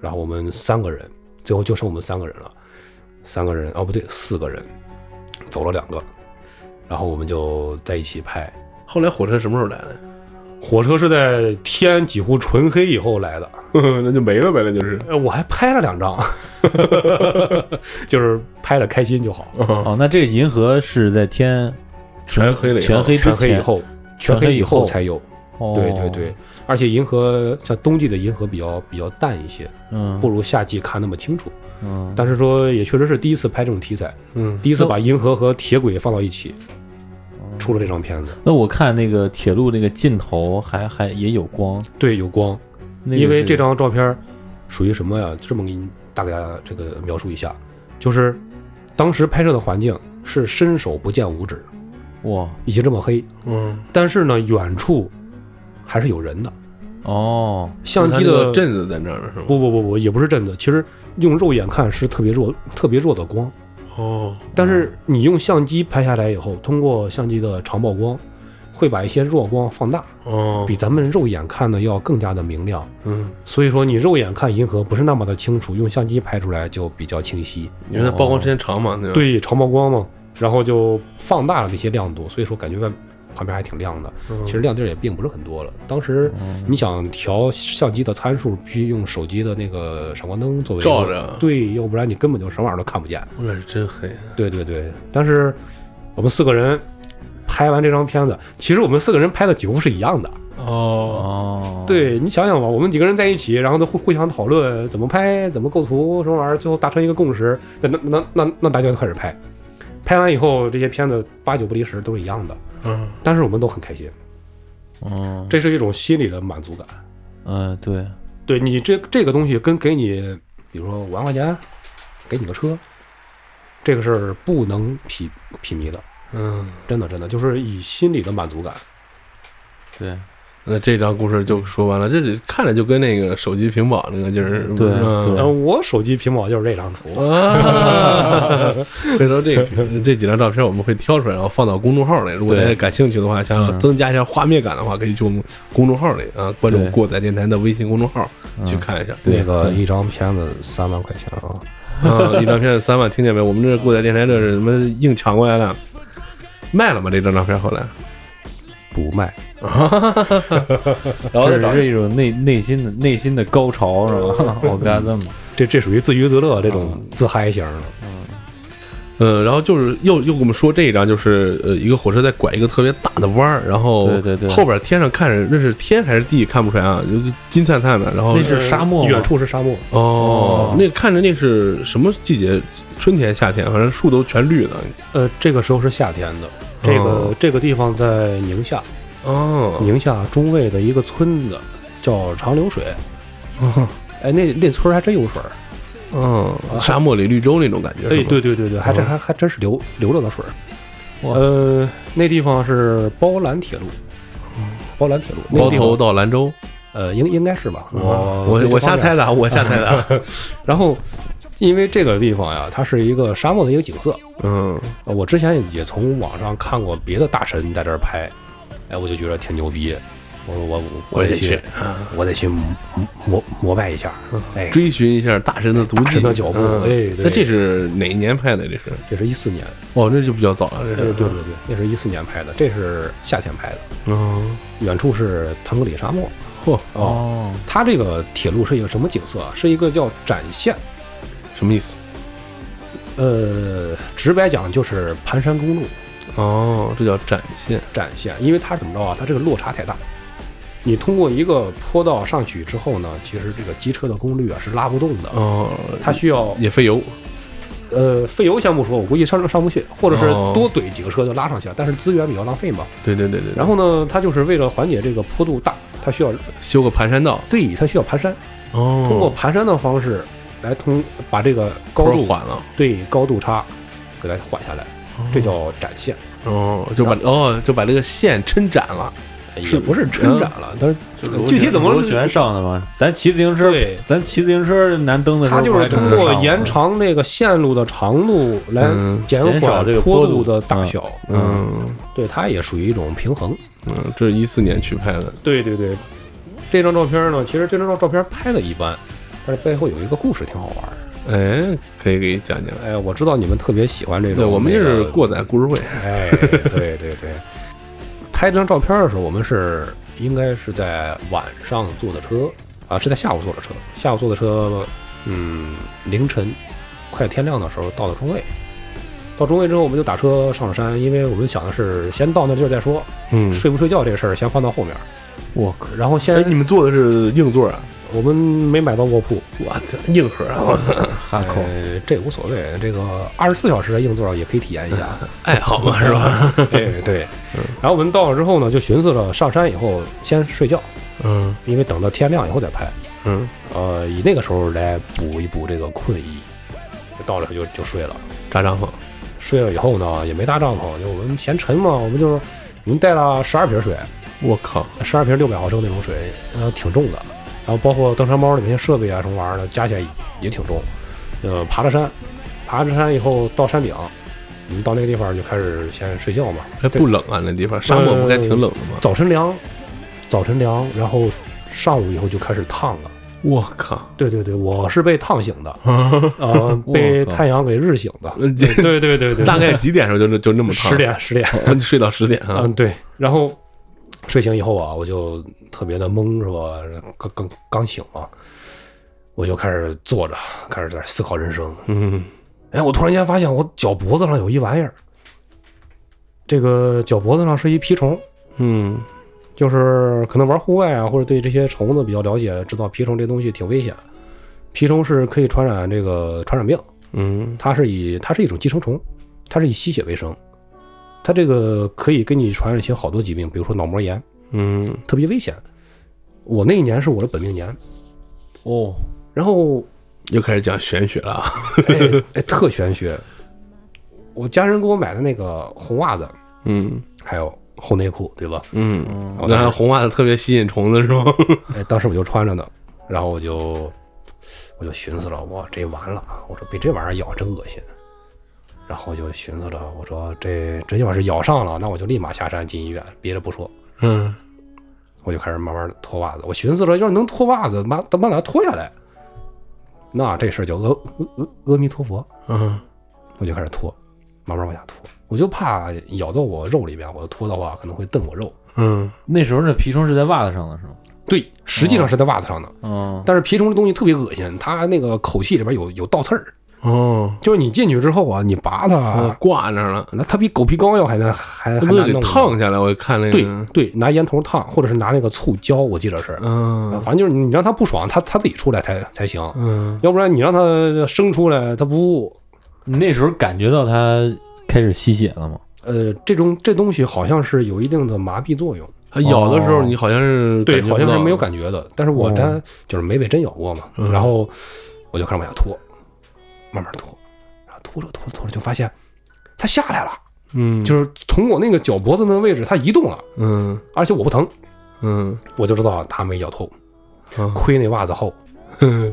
然后我们三个人，最后就剩我们三个人了，三个人哦不对，四个人，走了两个，然后我们就在一起拍。后来火车什么时候来的？火车是在天几乎纯黑以后来的，那就没了呗，那就是，呃，我还拍了两张， 就是拍了开心就好。哦，那这个银河是在天全黑了以后全黑之全黑以前，后，全全黑黑以以后后才有。哦对对对，，而且银河像冬季的银河比较比较淡一些，嗯，不如夏季看那么清楚。嗯，但是说也确实是第一次拍这种题材，嗯第一次把银河和铁轨放到一起，出了这张片子。嗯那我看那个铁路那个尽头还还也有光，对，有光，那个因为是这张照片属于什么呀？这么给你大概这个描述一下，就是当时拍摄的环境是伸手不见五指，哇已经这么黑，嗯，但是呢，远处还是有人的。哦相它机那的个镇子在那儿呢是吗？不不不不，也不是真的，其实用肉眼看是特别弱、特别弱的光，哦，但是你用相机拍下来以后，通过相机的长曝光，会把一些弱光放大，哦，比咱们肉眼看的要更加的明亮。嗯，所以说你肉眼看银河不是那么的清楚，用相机拍出来就比较清晰。因为它哦曝光时间长嘛，对吧？对，长曝光嘛，然后就放大了这些亮度，所以说感觉外旁边还挺亮的。嗯其实亮地儿也并不是很多了。当时你想调相机的参数，必须用手机的那个闪光灯作为一个照着对，要不然你根本就什么玩意儿都看不见。我也是真黑啊，对对对，但是我们四个人拍完这张片子，其实我们四个人拍的几乎是一样的。哦，哦，对你想想吧，我们几个人在一起，然后都互互相讨论怎么拍、怎么构图什么玩意儿，最后达成一个共识，那那那那那大家就开始拍。拍完以后，这些片子八九不离十都是一样的，嗯，但是我们都很开心，嗯这是一种心理的满足感。嗯对，对你这这个东西跟给你，比如说五万块钱，给你个车，这个是不能匹匹敌的，嗯，真的真的就是以心理的满足感。对，那这张故事就说完了，这得看着就跟那个手机屏保那个劲儿，对嗯对呃，我手机屏保就是这张图，啊， 回头这个这几张照片我们会挑出来，然后放到公众号里。如果大家对感兴趣的话，想要嗯增加一下画面感的话，可以去我们公众号里啊，关注对过载电台的微信公众号去嗯看一下。对那个对一张片子三万块钱啊，嗯，一张片三万，听见没？我们这过载电台这是什么硬抢过来了，卖了吗？这张照片后来，不卖，然后再这找是一种内内心的内心的高潮是 吧？哦我该这么这这属于自娱自乐这种自嗨型的。嗯，然后就是又又跟我们说这一张，就是呃，一个火车在拐一个特别大的弯儿，然后对对对后边天上看着那是天还是地看不出来啊，就就金灿灿的，然后那是沙漠吗远处是沙漠，哦，那看着那是什么季节？春天、夏天，反正树都全绿的。呃，这个时候是夏天的，这个、哦这个地方在宁夏，哦，宁夏中卫的一个村子叫长流水，哦哎，那那村儿还真有水儿，哦，沙漠里绿洲那种感觉。哎是，吗对，对对对，还真还还真是流流着的水儿，哇呃，那地方是包兰铁路，嗯包兰铁路，那包个地头方到兰州。呃，应应该是吧，我我对这我方瞎面猜的啊，我瞎猜的啊。 然后，因为这个地方呀，它是一个沙漠的一个景色。嗯，呃我之前也从网上看过别的大神在这儿拍，哎，我就觉得挺牛逼。我我我我得也啊去是，我得去膜膜膜拜一下。哎，追寻一下大神的足大迹神的脚步嗯哎对那这是哪一年拍的？这是这是一四年，哦，那就比较早了。哎，这对是对对，那是一四年拍的，这是夏天拍的。嗯，远处是腾格里沙漠。嚯，哦，它这个铁路是一个什么景色啊？是一个叫展现，什么意思？呃，直白讲就是盘山公路哦，这叫展现。展现，因为它是怎么着啊？它这个落差太大。你通过一个坡道上去之后呢，其实这个机车的功率啊是拉不动的，哦，它需要也费油。呃费油先不说，我估计上上不去，或者是哦多怼几个车就拉上去了，但是资源比较浪费嘛。对对对对。然后呢，它就是为了缓解这个坡度大，它需要修个盘山道。对它需要盘山，哦，通过盘山的方式来通把这个高坡儿度缓了。对高度差给它缓下来，这叫展现。哦，就把哦就把这个线抻展了。也嗯不是真展了，但是具体怎么螺旋上的嘛？咱骑自行车，对咱骑自行车难蹬的时候它不就还是这么通上吗，过延长那个线路的长度来嗯减减少缓这个坡坡度的大小，嗯对，它也属于一种平衡。嗯，这是一四年去拍的。对对对，这张照片呢，其实这张照照片拍的一般，但是背后有一个故事挺好玩儿。哎，可以给讲讲。哎，我知道你们特别喜欢这种，对，我们那这是个过载故事会。 哎，对对对，拍这张照片的时候，我们是应该是在晚上坐的车啊，是在下午坐的车，下午坐的车，嗯，凌晨快天亮的时候到的中卫。到中卫之后，我们就打车上了山，因为我们想的是先到那地儿再说，嗯，睡不睡觉这事儿先放到后面。我靠！然后哎，先你们坐的是硬座啊？我们没买到卧铺，我操，硬核啊！我 操哈口。呃，这无所谓，这个二十四小时的硬座儿也可以体验一下。爱好嘛是 吧？哎， 对。然后我们到了之后呢，就寻思着上山以后先睡觉，嗯因为等到天亮以后再拍，嗯，呃，以那个时候来补一补这个困意。就到了就就睡了，扎帐篷。睡了以后呢，也没搭帐篷，就我们嫌沉嘛，我们就是我们带了十二瓶水，我靠，十二瓶六百毫升那种水，呃，挺重的。然后包括登山包里面一些设备啊什么玩意儿的，加起来也挺重。呃，爬了山，爬着山以后到山顶，我们到那个地方就开始先睡觉嘛。哎，不冷啊那地方，沙漠不该挺冷的吗？早晨凉，早晨凉，然后上午以后就开始烫了。我靠， 对对对，我是被烫醒 的，呃，被太阳给日醒的。嗯这 对对对对，大概几点时候就就那么烫？十，点十 点，你睡到十点啊嗯？对，然后睡醒以后啊，我就特别的懵，是吧？刚刚刚醒嘛，我就开始坐着，开始在思考人生。嗯，哎，我突然间发现我脚脖子上有一玩意儿，这个脚脖子上是一蜱虫，嗯，就是可能玩户外啊，或者对这些虫子比较了解，知道蜱虫这东西挺危险。蜱虫是可以传染这个传染病，嗯，它是以它是一种寄生虫，它是以吸血为生，它这个可以给你传染一些好多疾病，比如说脑膜炎，嗯，特别危险。我那一年是我的本命年，哦，然后 又开始讲玄学了啊。哎哎特玄学，我家人给我买的那个红袜子，嗯还有红内裤，对吧？嗯，我当时那红袜子特别吸引虫子是吗？哎，当时我就穿着呢，然后我就我就寻思着，哇，这完了，啊我说被这玩意儿咬真恶心。然后我就寻思着，我说这这要是咬上了，那我就立马下山进医院，别的不说，嗯，我就开始慢慢地脱袜子。我寻思着，要是能脱袜子，妈他妈把它脱下来，那这事儿就阿阿阿弥陀佛，嗯，我就开始拖，慢慢往下拖，我就怕咬到我肉里边，我拖的话可能会蹬我肉。嗯，那时候那蜱虫是在袜子上的是吗？对，实际上是在袜子上的，嗯，但是蜱虫这东西特别恶心，它那个口气里边有有倒刺儿，哦，就是你进去之后啊，你拔啊它，挂那儿了，那它比狗皮膏药还难还那还不就难给弄呢。烫下来？我看那个，对对，拿烟头烫，或者是拿那个醋浇，我记得是，嗯反正就是你让它不爽，它它自己出来才才行，嗯，要不然你让它生出来，它不。你那时候感觉到它开始吸血了吗？呃，这种这东西好像是有一定的麻痹作用，它咬的时候哦你好像是对，感觉好像不是到没有感觉的。但是我哦它就是没被针咬过嘛，嗯然后我就开始往下拖，慢慢拖，然后拖着拖着拖着就发现它下来了，嗯，就是从我那个脚脖子那个位置它移动了，嗯而且我不疼，嗯我就知道它没咬透，啊亏那袜子厚。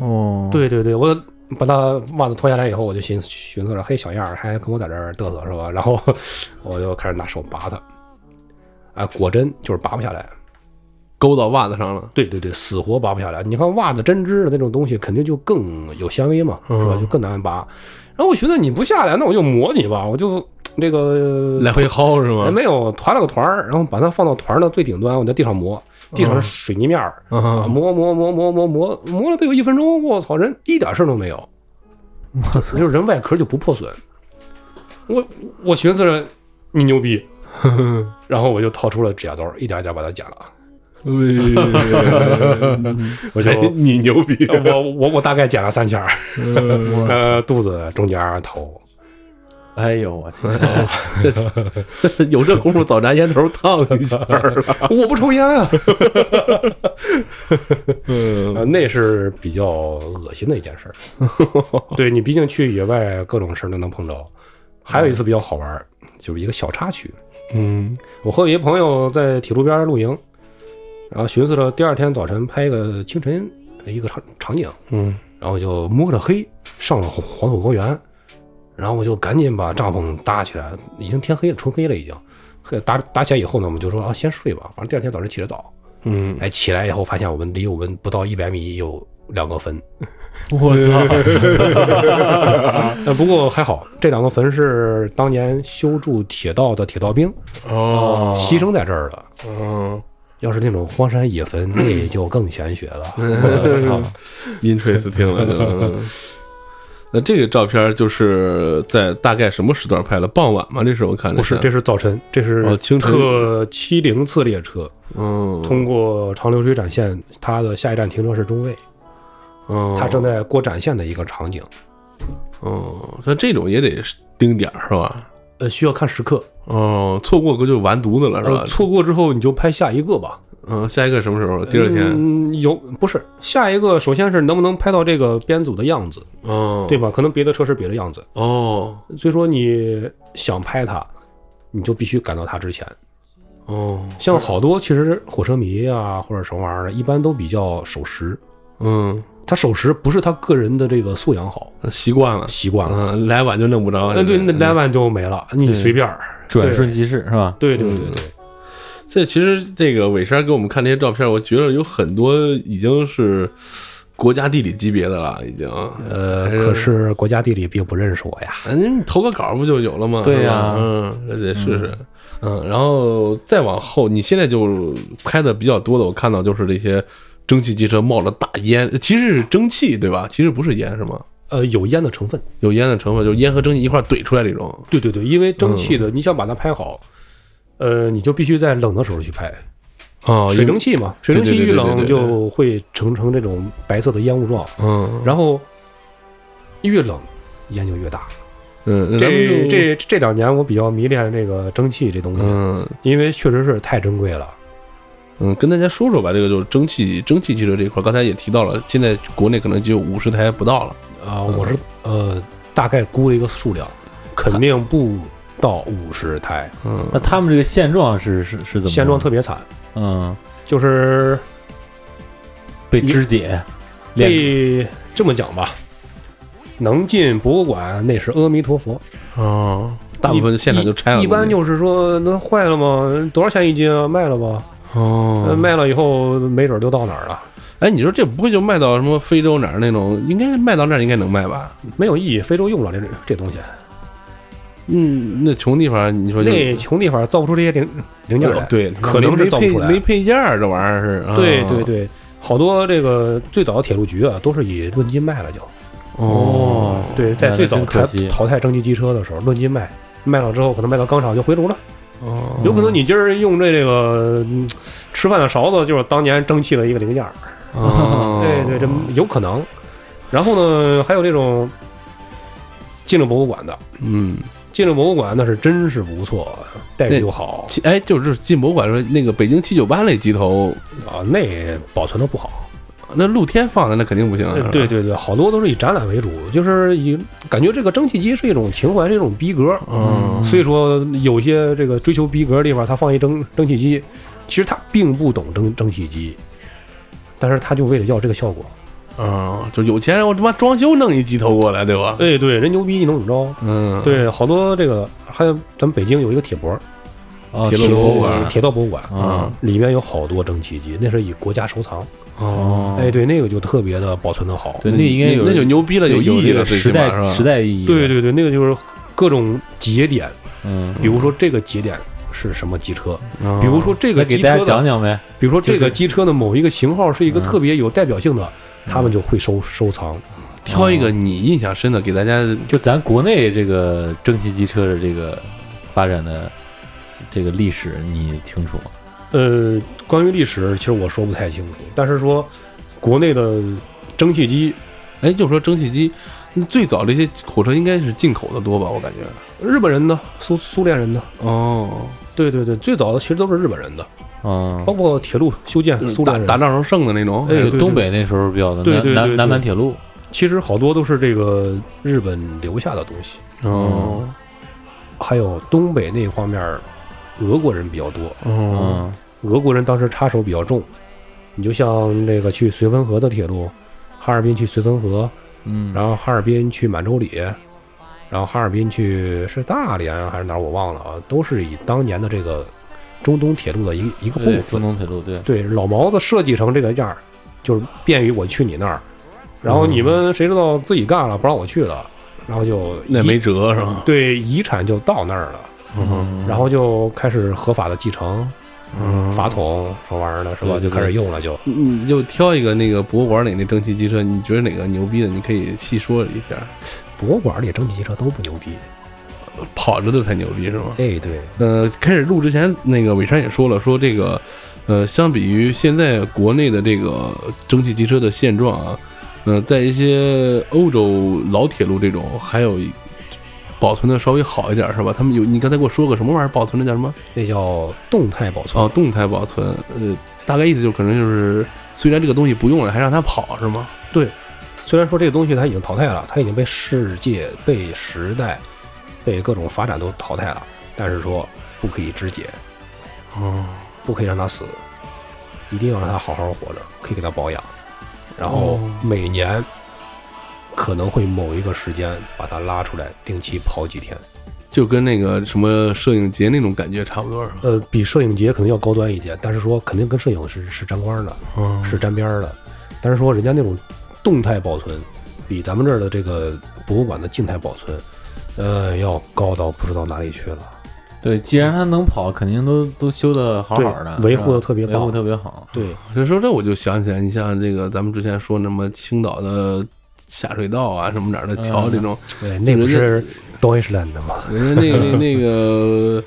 哦，对对对，我把他袜子脱下来以后，我就寻思寻思着，嘿，小样儿还跟我在这儿嘚瑟是吧？然后 我就开始拿手拔它，啊，果真就是拔不下来。勾到袜子上了，对对对，死活拔不下来。你看袜子、针织的那种东西，肯定就更有纤维嘛，是吧？嗯就更难拔。然后我寻思你不下来，那我就磨你吧，我就这个来回薅是哎吗？没有团了个团儿，然后把它放到团儿的最顶端，我在地上磨，嗯地上是水泥面儿，啊，啊，磨磨磨磨磨磨磨了得有一分钟，我操，人一点事儿都没有，就是人外壳就不破损。我我寻思着你 牛逼，然后我就掏出了指甲刀，一点一点把它剪了。 我就哎你牛逼， 我我我大概剪了三下儿， 呃，肚子、中间儿、头，哎呦我去！ 有这功夫早拿烟头烫一 下了。我不抽烟啊，嗯 呃那是比较恶心的一件事儿。对你，毕竟去野外各种事儿都能碰着。还有一次比较好玩儿，就是一个小插曲。嗯我和我一朋友在铁路边儿露营，然后寻思着第二天早晨拍一个清晨一个场场景，嗯然后就摸着黑上了黄黄土高原，然后我就赶紧把帐篷搭起来，已经天黑了，纯黑了已经。黑搭搭起来以后呢，我们就说啊，先睡吧，反正第二天早晨起得早。嗯，哎，起来以后发现我们离我们不到一百米有两个坟， 我操！呃，不过还好，这两个坟是当年修筑铁道的铁道兵哦，牺牲在这儿的。嗯要是那种荒山野坟，那就更玄学了。嗯哦 ，interesting 了这个。嗯那这个照片就是在大概什么时段拍的？傍晚吗？这是我看的。不是，这是早晨，这嗯哦是清晨特七零次列车嗯，通过长流水展线，它的下一站停车是中卫，嗯，它正在过展线的一个场景。哦，像这种也得盯点儿是吧？呃，需要看时刻，哦，错过可就完犊子了是吧呃，？错过之后你就拍下一个吧。嗯，下一个什么时候？第二天。嗯，有不是下一个？首先是能不能拍到这个编组的样子，哦，对吧？可能别的车是别的样子，哦所以说你想拍它，你就必须赶到它之前。哦，像好多其实火车迷啊或者什么玩意儿的，一般都比较守时。嗯，他守时不是他个人的这个素养好，习惯了，习惯了。呃嗯，来晚就弄不着。那对，现那在两万就没了，你随便儿。 转瞬即逝是吧？对对嗯对对，这其实这个伟山给我们看这些照片，我觉得有很多已经是国家地理级别的了，已经。啊呃，还可是国家地理并不认识我呀。哎，您投个稿不就有了吗？对是吧呀嗯，这得试试。嗯，然后再往后，你现在就拍的比较多的，我看到就是这些蒸汽机车冒着大烟，其实是蒸汽对吧？其实不是烟是吗？呃，有烟的成分。有烟的成分，就是烟和蒸汽一块儿怼出来这种。对对对，因为蒸汽嗯的，你想把它拍好，呃，你就必须在冷的时候去拍。哦，水蒸气。气嘛，水蒸气对对遇对对对冷对就会成成这种白色的烟雾状，嗯，然后越冷烟就越大。嗯，咱们这就这这两年我比较迷恋这个蒸汽这东西，嗯因为确实是太珍贵了。嗯，跟大家说说吧，这个就是蒸汽蒸汽汽车这一块儿，刚才也提到了，现在国内可能就五十台不到了。啊，我是呃大概估了一个数量，肯定不到五十台，嗯，那他们这个现状是是是怎么？现状特别惨，嗯，就是被肢解，练被这么讲吧，能进博物馆那是阿弥陀佛，哦，大部分现场就拆了。一一般估计就是说那坏了吗？多少钱一斤啊？卖了吧？哦呃，卖了以后没准儿就到哪儿了。哎，你说这不会就卖到什么非洲哪儿那种？应该卖到那儿应该能卖吧？没有意义，非洲用不了这这东西，嗯，那穷地方你说就那穷地方造不出这些零零件来。对，可能是没造不配出来没配件儿，这玩意儿是。啊对对，对，好多这个最早的铁路局啊，都是以论斤卖了就。哦，对，在那最真早可淘惜淘汰蒸汽机车的时候，论斤卖，卖了之后可能卖到钢厂就回炉了。哦有可能你今儿用这这个嗯吃饭的勺子，就是当年蒸汽的一个零件儿。哦对对，这有可能。然后呢，还有这种进了博物馆的，嗯，进了博物馆那是真是不错，啊待遇又好其哎，就是进博物馆说那个北京七九八那机头，啊，那保存的不好。那露天放的那肯定不行啊。是吧呃对，对对，好多都是以展览为主，就是以感觉这个蒸汽机是一种情怀，是一种逼格。嗯，所以说，有些这个追求逼格的地方，他放一蒸蒸汽机，其实他并不懂蒸蒸汽机，但是他就为了要这个效果。啊，就有钱人我他妈装修弄一机头过来，对吧？哎，对，人牛逼，你能怎么着？嗯，，对，好多这个，还有咱们北京有一个铁博，哦，铁路是博物馆铁道博物馆，啊，里面有好多蒸汽机，那是以国家收藏。哦，哎，对，那个就特别的保存的好。对那应该有那就牛逼了，对有意义这个了，最时起码是代吧时代意义，对，对对，那个就是各种节点，嗯，比如说这个节点是什么机车，哦比如说这那个给机大家车讲的，讲呗，比如说这就个是机车的某一个型号是一个嗯特别有代表性的，他们就会收收藏。挑一个你印象深的给大家，就咱国内这个蒸汽机车的这个发展的这个历史，你清楚吗？呃，关于历史，其实我说不太清楚，但是说国内的蒸汽机，哎，就说蒸汽机，最早这些火车应该是进口的多吧？我感觉。日本人呢，苏苏联人呢，哦，对对对，最早的其实都是日本人的，嗯包，括铁路修建，就是苏打联人打仗时候剩的那种。哎对就东北那时候比较的对南对对南对南满铁路，其实好多都是这个日本留下的东西， 어.哦，还有东北那方面儿，俄国人比较多，哦，嗯，俄国人当时插手比较重。你就像这个去绥芬河的铁路，哈尔滨去绥芬河，嗯，然后哈尔滨去满洲里，然后哈尔滨去是大连啊还是哪儿我忘了啊，都是以当年的这个中东铁路的一一个对，部中分。东铁路，对，对，老毛子设计成这个样儿，就是便于我去你那儿，然后你们谁知道自己干了不让我去了，然后就那遗没辙是吧？对遗产就到那儿了，嗯然后就开始合法的继承嗯法统什么玩意儿的，是吧？对对就开始用了就。你你就挑一个那个博物馆里那蒸汽机车，你觉得哪个牛逼的，你可以细说一下。博物馆里蒸汽机车都不牛逼，跑着的才牛逼是吗？哎，对，呃，开始录之前，那个伟山也说了，说这个，呃，相比于现在国内的这个蒸汽机车的现状啊，呃，在一些欧洲老铁路这种，还有一保存的稍微好一点是吧？他们有你刚才给我说个什么玩意儿保存的叫什么？那叫动态保存。哦，动态保存，呃，大概意思就可能就是，虽然这个东西不用了，还让它跑是吗？虽然说这个东西它已经淘汰了，它已经被世界、被时代、被各种发展都淘汰了，但是说不可以肢解，哦，不可以让它死，一定要让它好好活着，可以给它保养，然后哦每年可能会某一个时间把它拉出来，定期跑几天。就跟那个什么摄影节那种感觉差不多是吧？呃，比摄影节可能要高端一些，但是说肯定跟摄影是是沾光的，哦是沾边儿的。但是说人家那种动态保存，比咱们这儿的这个博物馆的静态保存，呃，要高到不知道哪里去了。对，既然它能跑，肯定都都修的好好的，对维护是吧得特别维护棒特别好，对，所以说这我就想起来，你像这个咱们之前说什么青岛的下水道啊，什么哪儿的桥嗯这种，对，哎那不是 Deutschland 的吗？人家那个那那个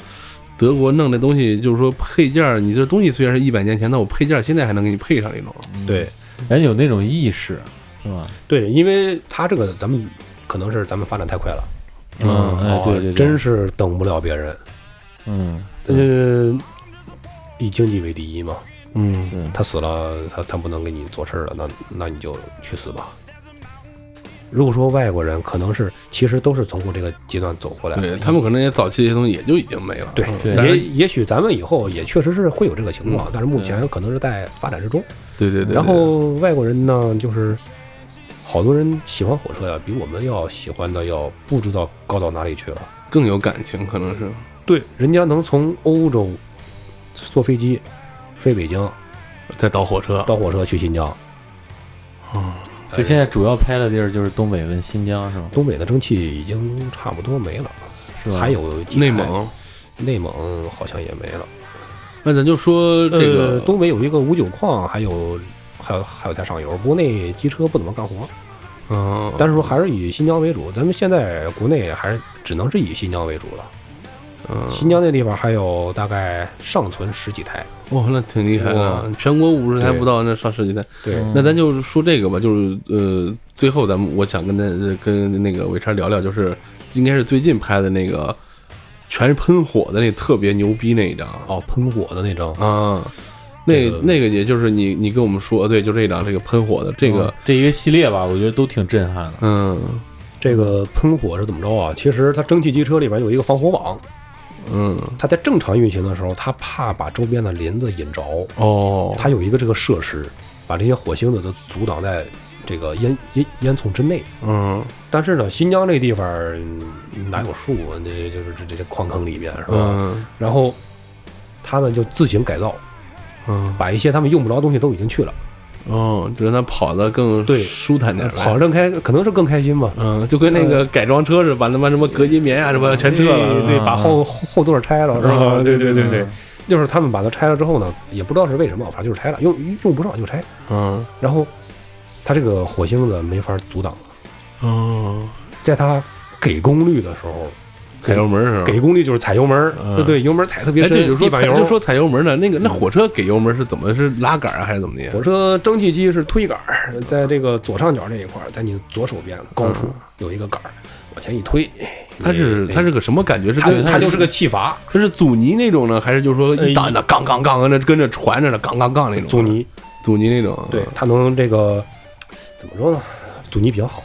德国弄这东西，就是说配件儿，你这东西虽然是一百年前，但我配件儿现在还能给你配上这种。对嗯人有那种意识，是吧？对，因为它这个咱们可能是咱们发展太快了，嗯，哎，对对，啊对真，是等不了别人。嗯，对呃，以经济为第一嘛，嗯，对，他死了，他他不能给你做事儿了，那那你就去死吧。如果说外国人可能是其实都是从过这个阶段走过来的，对他们可能也早期这些东西也就已经没了。对，对但也是嗯也许咱们以后也确实是会有这个情况，但是目前可能是在发展之中。对对对，然后外国人呢，就是好多人喜欢火车呀，比我们要喜欢的要不知道高到哪里去了。更有感情，可能是对，人家能从欧洲坐飞机飞北京，再倒火车。到火车去新疆，所以现在主要拍的地儿就是东北跟新疆是吗？东北的蒸汽已经差不多没了，是吧？还有几台内蒙，内蒙好像也没了。那咱就说这呃个东北有一个五九矿，还有还有还有台上游，国内机车不怎么干活，嗯，但是说还是以新疆为主。咱们现在国内还是只能是以新疆为主了。嗯新疆那地方还有大概尚存十几台，哇，那挺厉害的啊哇，全国五十台对不到，那上十几台。对，嗯那咱就说这个吧，就是呃，最后咱们我想跟咱跟那个伟超聊聊，就是应该是最近拍的那个全是喷火的那特别牛逼那一张哦，喷火的那张，啊，那那个那个也就是你你跟我们说，对，就这一张这个喷火的这个，嗯这一个系列吧，我觉得都挺震撼的。嗯这个喷火是怎么着啊？其实它蒸汽机车里边有一个防火网，嗯它在正常运行的时候，它怕把周边的林子引着，哦，它有一个这个设施，把这些火星子都阻挡在这个烟烟烟囱之内。嗯但是呢，新疆这地方嗯哪有树啊？那就是这这这矿坑里边是吧？嗯然后他们就自行改造，嗯把一些他们用不着的东西都已经去了，哦，就让它跑得更对舒坦点儿呗，跑正开可能是更开心吧。嗯，就跟那个改装车似的，把他妈什么隔音棉呀、啊什么全撤了，对，把后后后座拆了，是吧？嗯对对对对，就是他们把它拆了之后呢，也不知道是为什么，反正就是拆了，用用不上就拆。嗯然后它这个火星子没法阻挡了，哦，在它给功率的时候，踩油门儿是吧？给功率就是踩油门儿，嗯对对，油门儿踩特别哎，深，对，就说地板油。就说踩油门呢，那个那火车给油门是怎么是拉杆啊，还是怎么的？嗯火车蒸汽机是推杆儿，在这个左上角这一块儿，在你的左手边高处有一个杆儿，往前一推，它是你它是个什么感觉？是它跟它就是个气阀，它是阻尼那种呢，还是就是说一档一档杠杠杠跟着跟着传着呢，杠杠杠那种阻尼，阻尼那种？对，它能这个怎么说呢？阻尼比较好，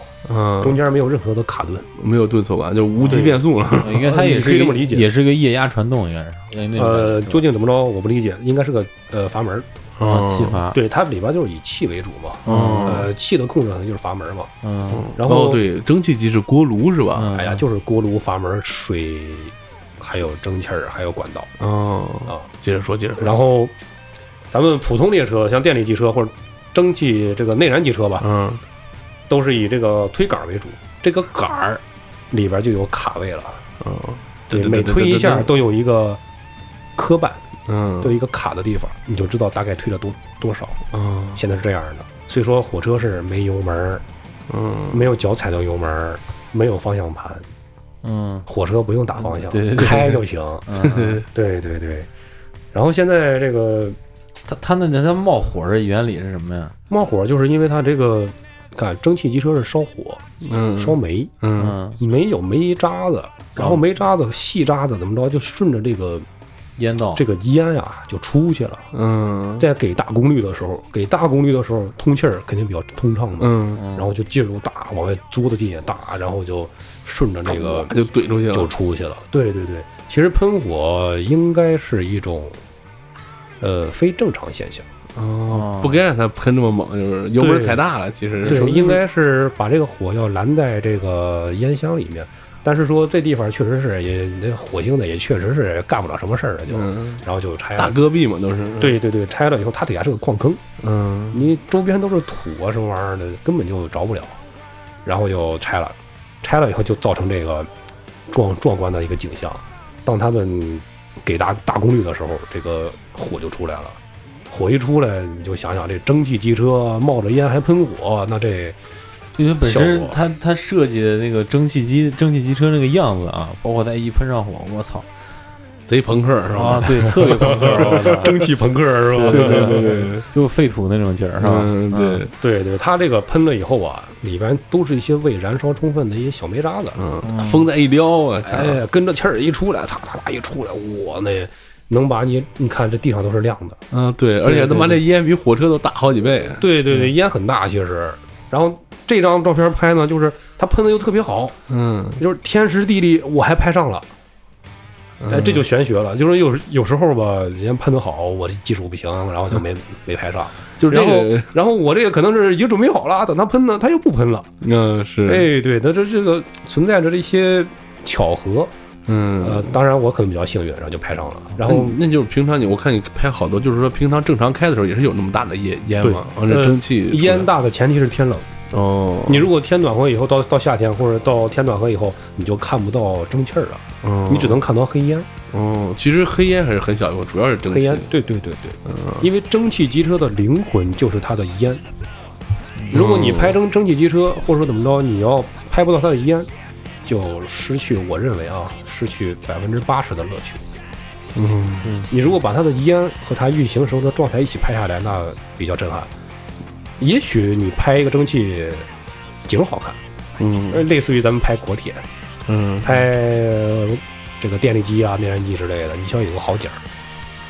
中嗯，间没有任何的卡顿。没有顿挫感，就无级变速了。嗯应该它呃也你是可以一个这么理解也是一个液压传动，应该是。应该那种呃，感觉究竟怎么着我不理解，应该是个呃阀门儿，嗯 啊，气阀，对，它里边就是以气为主嘛，哦呃，气的控制可能就是阀门儿嘛。嗯，然后、哦，，对，蒸汽机是锅炉是吧？嗯哎呀，，就是锅炉、阀门儿、水，还有蒸汽儿，还有管道哦，啊。接着说，接着说。然后咱们普通列车，像电力机车或者蒸汽这个内燃机车吧，嗯都是以这个推杆儿为主。这个杆儿里边就有卡位了，嗯，对，对每推一下，都有一个磕绊，嗯都有一个卡的地方，你就知道大概推了多多少。嗯现在是这样的，所以说火车是没油门儿，嗯，没有脚踩到油门儿，没有方向盘，嗯火车不用打方嗯向，对对对开 就行。 嗯，对对对。然后现在这个它它那它冒火的原理是什么呀？冒火，就是因为它这个，看蒸汽机车是烧火，嗯烧煤，嗯嗯，煤有煤渣子，然后煤渣子、细渣子怎么着，就顺着这个烟道，这个烟呀、就出去了。哦嗯在给大功率的时候，给大功率的时候，通气儿肯定比较通畅嘛，嗯，嗯然后就进入大，往外嘬的劲也大，然后就顺着这个就怼出去了，就出去了。对对对，其实喷火应该是一种，呃，非正常现象。嗯哦，不该让它喷这么猛，就是油门对踩大了，其实对，应该是把这个火要拦在这个烟箱里面。但是说这地方确实是也，那火星的也确实是干不了什么事儿了，就、嗯，然后就拆大了。戈壁嘛都是，对对对，拆了以后，它底下是个矿坑，嗯，你周边都是土啊什么玩意儿的，根本就着不了。然后就拆了，拆了以后就造成这个壮壮观的一个景象。当他们给大大功率的时候，这个火就出来了。火一出来，你就想想这蒸汽机车冒着烟还喷火，那 这因为本效身果它它设计的那个蒸汽机蒸汽机车那个样子啊，包括它一喷上火，我操贼朋克是吧？啊，对，特别朋克，我操 蒸汽朋克是吧？对对对对就废土那种劲儿，是吧？嗯，对，对对，它这个喷了以后啊，里边都是一些未燃烧充分的一些小煤渣子，嗯，风再一撩啊，看哎，跟着气儿一出来，擦擦擦一出来，哇，那能把你，你看这地上都是亮的。嗯，对，而且他妈那烟比火车都大好几倍，啊对对嗯对，烟很大其实。然后这张照片拍呢，就是它喷的又特别好，嗯，就是天时地利我还拍上了，嗯哎，这就玄学了。就是有有时候吧，人家喷的好，我这技术不行，然后就嗯没没拍上。就是然这后个，然后我这个可能是已经准备好了，等它喷呢，它又不喷了。哎嗯，是，哎，对，那这这个存在着这些巧合，嗯，呃，当然我可能比较幸运，然后就拍上了。然后那那就是平常你，我看你拍好多，就是说平常正常开的时候也是有那么大的烟烟嘛，完了呃蒸汽烟大的前提是天冷，哦，你如果天暖和以后，到到夏天或者到天暖和以后，你就看不到蒸汽儿了，哦你只能看到黑烟。哦，其实黑烟还是很小一部分，主要是蒸黑汽烟，啊对对对嗯对，因为蒸汽机车的灵魂就是它的烟。嗯如果你拍成蒸汽机车，或者说怎么着，你要拍不到它的烟，就失去我认为啊，失去百分之八十的乐趣。嗯，你如果把它的烟和它运行时候的状态一起拍下来，那比较震撼。也许你拍一个蒸汽景好看，嗯呃类似于咱们拍国铁、嗯拍呃这个电力机啊、内燃机之类的，你需要有个好景儿。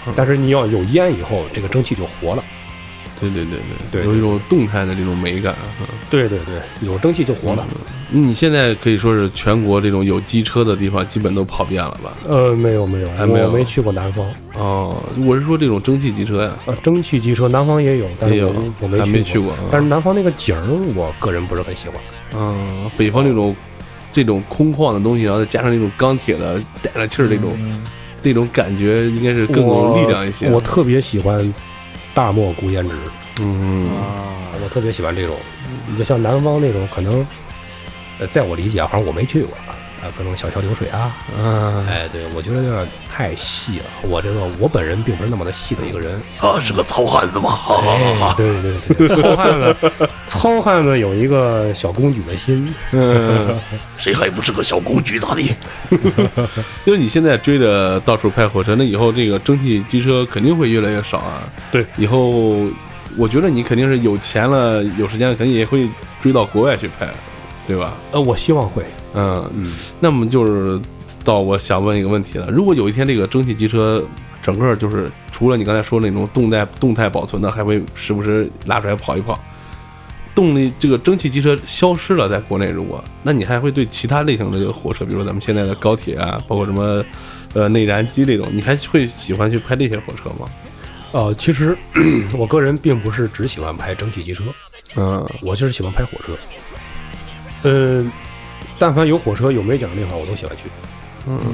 嗯但是你要有烟以后，这个蒸汽就活了。对对对对有一种动态的这种美感。嗯对对对，有蒸汽就活了。你现在可以说是全国这种有机车的地方基本都跑遍了吧？呃，没有没有，嗯还没有我没去过南方。哦，我是说这种蒸汽机车呀，呃，蒸汽机车南方也有，但也是有我我还没没去去过。过啊。但是南方那个景儿，我个人不是很喜欢。嗯，北方这种这种空旷的东西，然后再加上那种钢铁的带着气儿这种，这种感觉应该是更有力量一些。嗯我。我特别喜欢大漠孤烟直，嗯啊，我特别喜欢这种。你就像南方那种，可能，呃，在我理解啊，反正我没去过啊，啊，各种小桥流水啊，啊，哎，对我觉得有点太细了。我这个我本人并不是那么的细的一个人。啊，是个糙汉子嘛，哦 好好好哎好，，对对对，糙汉子， 糙汉子有一个小公举的心。谁还不是个小公举咋的？ 因为你现在追着到处拍火车，那以后这个蒸汽机车肯定会越来越少啊。对，以后我觉得你肯定是有钱了，有时间了，肯定也会追到国外去拍，对吧？呃，我希望会。嗯，嗯，那么就是到我想问一个问题了：如果有一天这个蒸汽机车整个就是除了你刚才说的那种动态动态保存的，还会时不时拉出来跑一跑，动力这个蒸汽机车消失了，在国内如果，那你还会对其他类型的这个火车，比如说咱们现在的高铁啊，包括什么呃内燃机这种，你还会喜欢去拍这些火车吗？呃，其实 我个人并不是只喜欢拍蒸汽机车，嗯我就是喜欢拍火车。呃，但凡有火车有美景的地方，我都喜欢去，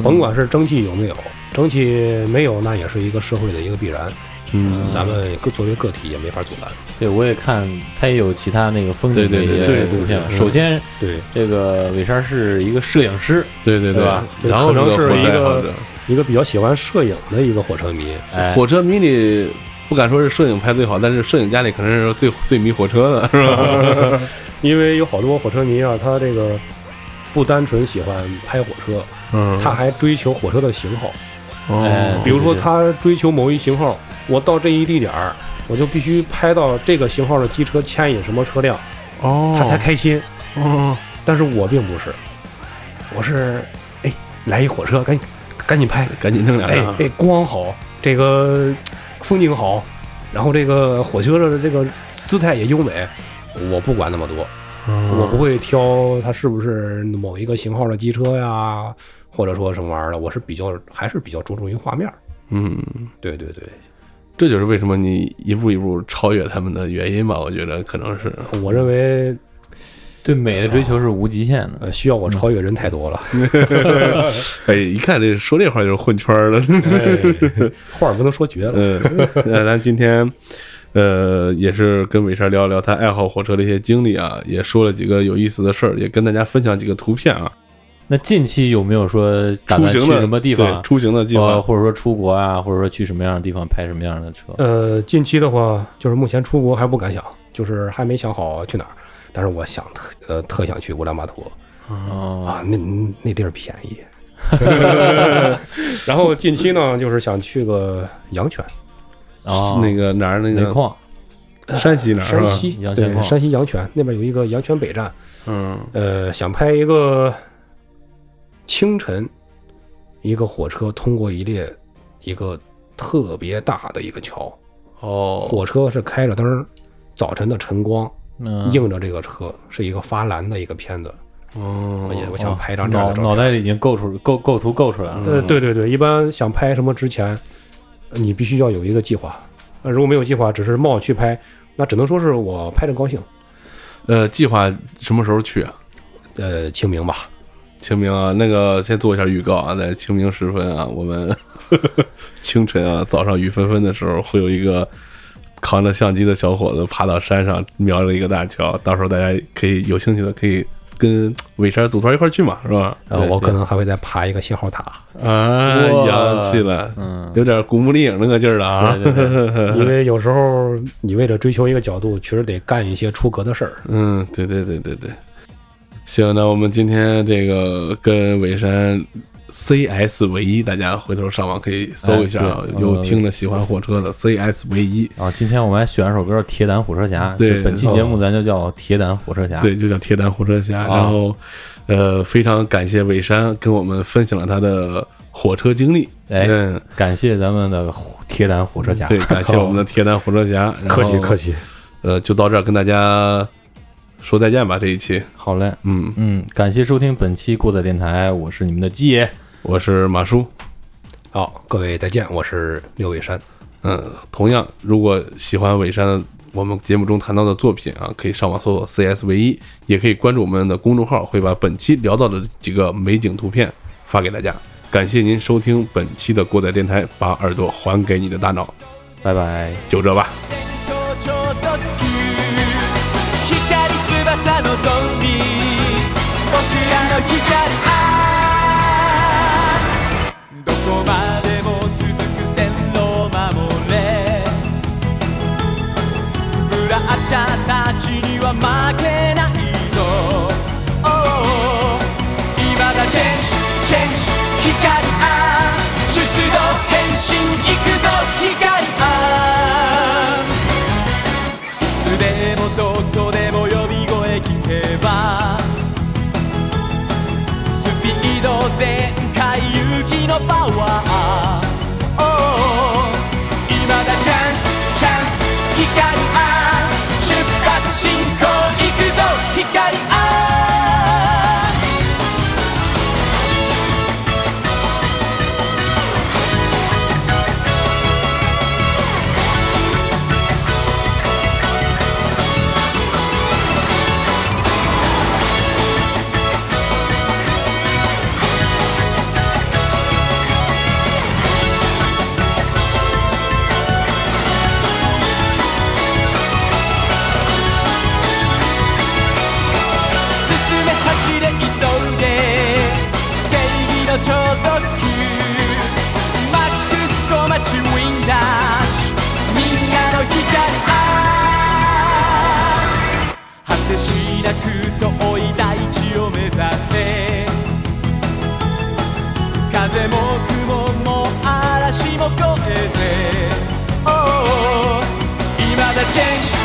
甭管是蒸汽有没有，蒸汽没有那也是一个社会的一个必然，嗯，咱们个作为个体也没法阻拦。对，我也看他也有其他那个风景的对一对些对嗯对图片。对首先，对，这个尾山是一个摄影师，对对对吧这然后可能这是火车一爱好个者一个比较喜欢摄影的一个火车迷，哎，火车迷里不敢说是摄影拍最好，但是摄影家里可能是最最迷火车的，是吧？因为有好多火车迷啊，他这个不单纯喜欢拍火车，嗯哦他还追求火车的型号。呃哎比如对说对对他追求某一型号，我到这一地点儿，我就必须拍到这个型号的机车牵引什么车辆，哦他才开心。哦，但是我并不是，我是哎来一火车，赶紧赶紧拍，赶紧弄两哎辆，哎光好，这个风景好，然后这个火车的这个姿态也优美。嗯我不管那么多，我不会挑它是不是某一个型号的机车呀，或者说什么玩意儿的，我是比较还是比较着重于画面儿。嗯，对对对，这就是为什么你一步一步超越他们的原因吧？我觉得可能是，我认为，对美的追求是无极限的。嗯呃，需要我超越人太多了，哎，一看这说这话就是混圈 儿了。哎 话儿不能说绝了。嗯，那咱今天。呃，也是跟伟山聊一聊他爱好火车的一些经历啊，也说了几个有意思的事儿，也跟大家分享几个图片啊。那近期有没有说打出算去行的什么地对方？出行的计呃，划，或者说出国啊，或者说去什么样的地方拍什么样的车？呃，近期的话，就是目前出国还不敢想，就是还没想好去哪儿。但是我想特呃特想去乌兰巴托哦，啊，那那地儿便宜。 然后近期呢，就是想去个阳泉，哦，啊那个哪儿那煤个矿，山西哪儿？山，西阳泉对矿山西阳泉那边有一个阳泉北站，嗯，呃，想拍一个清晨，一个火车通过一列一个特别大的一个桥，哦，火车是开着灯儿，早晨的晨光嗯，映着这个车，是一个发蓝的一个片子。哦我也我我想拍一张这样的照脑片。袋里已经构出构构图构出来了。呃，对对对，一般想拍什么之前，呃你必须要有一个计划。呃，如果没有计划，只是冒去拍，那只能说是我拍着高兴。呃，计划什么时候去啊？呃，清明吧，清明啊，那个先做一下预告啊，在清明时分啊，我们 清晨啊，早上雨纷纷的时候，会有一个扛着相机的小伙子爬到山上瞄了一个大桥，到时候大家可以有兴趣的可以跟伟山组团一块儿去嘛，是吧？然后我对可能还会再爬一个信号 塔，啊，哇洋气了，嗯，有点古墓丽影那个劲儿了啊，对 对对，因为有时候你为了追求一个角度，确实得干一些出格的事儿。嗯，对对对对对。行，那我们今天这个跟伟山 CS 唯一，大家回头上网可以搜一下啊哎，对有嗯听着喜欢火车的 CS 唯一，啊，今天我们还选了首歌《铁胆火车侠》，对哦就本期节目咱就叫《铁胆火车侠》。对，就叫铁胆火车侠。啊然后，呃，非常感谢伟山跟我们分享了他的火车经历，哎嗯，感谢咱们的火铁胆火车侠。对，感谢我们的铁胆火 车侠，嗯然后客气客，气，呃，就到这儿跟大家说再见吧，这一期，好嘞，嗯，嗯，感谢收听本期过载电台，我是你们的鸡爷，我是马叔。好，各位再见，我是刘伟山。嗯，同样，如果喜欢伟山我们节目中谈到的作品啊，可以上网搜索 CS 唯一，也可以关注我们的公众号，会把本期聊到的几个美景图片发给大家。感谢您收听本期的过载电台，把耳朵还给你的大脑，拜拜。就这吧。電光超特急光翼のゾンビ僕らの光あーどこまでも続く線路を守れブラッチャーたちには負けないぞ Oh 今だチェンジチェンジ光あー出動変身行くぞ光あーいつでもどこでも呼び声聞けばスピード全開勇気のパワー Oh 今だチャンスチャンス光あー出発進行行くぞ光あー進め走れ急いで正義の超特急マックス小町ウィンダッシュみんなの光あー果てしなく遠い大地を目指せ風も雲も嵐も越えて Oh 今だチェンジ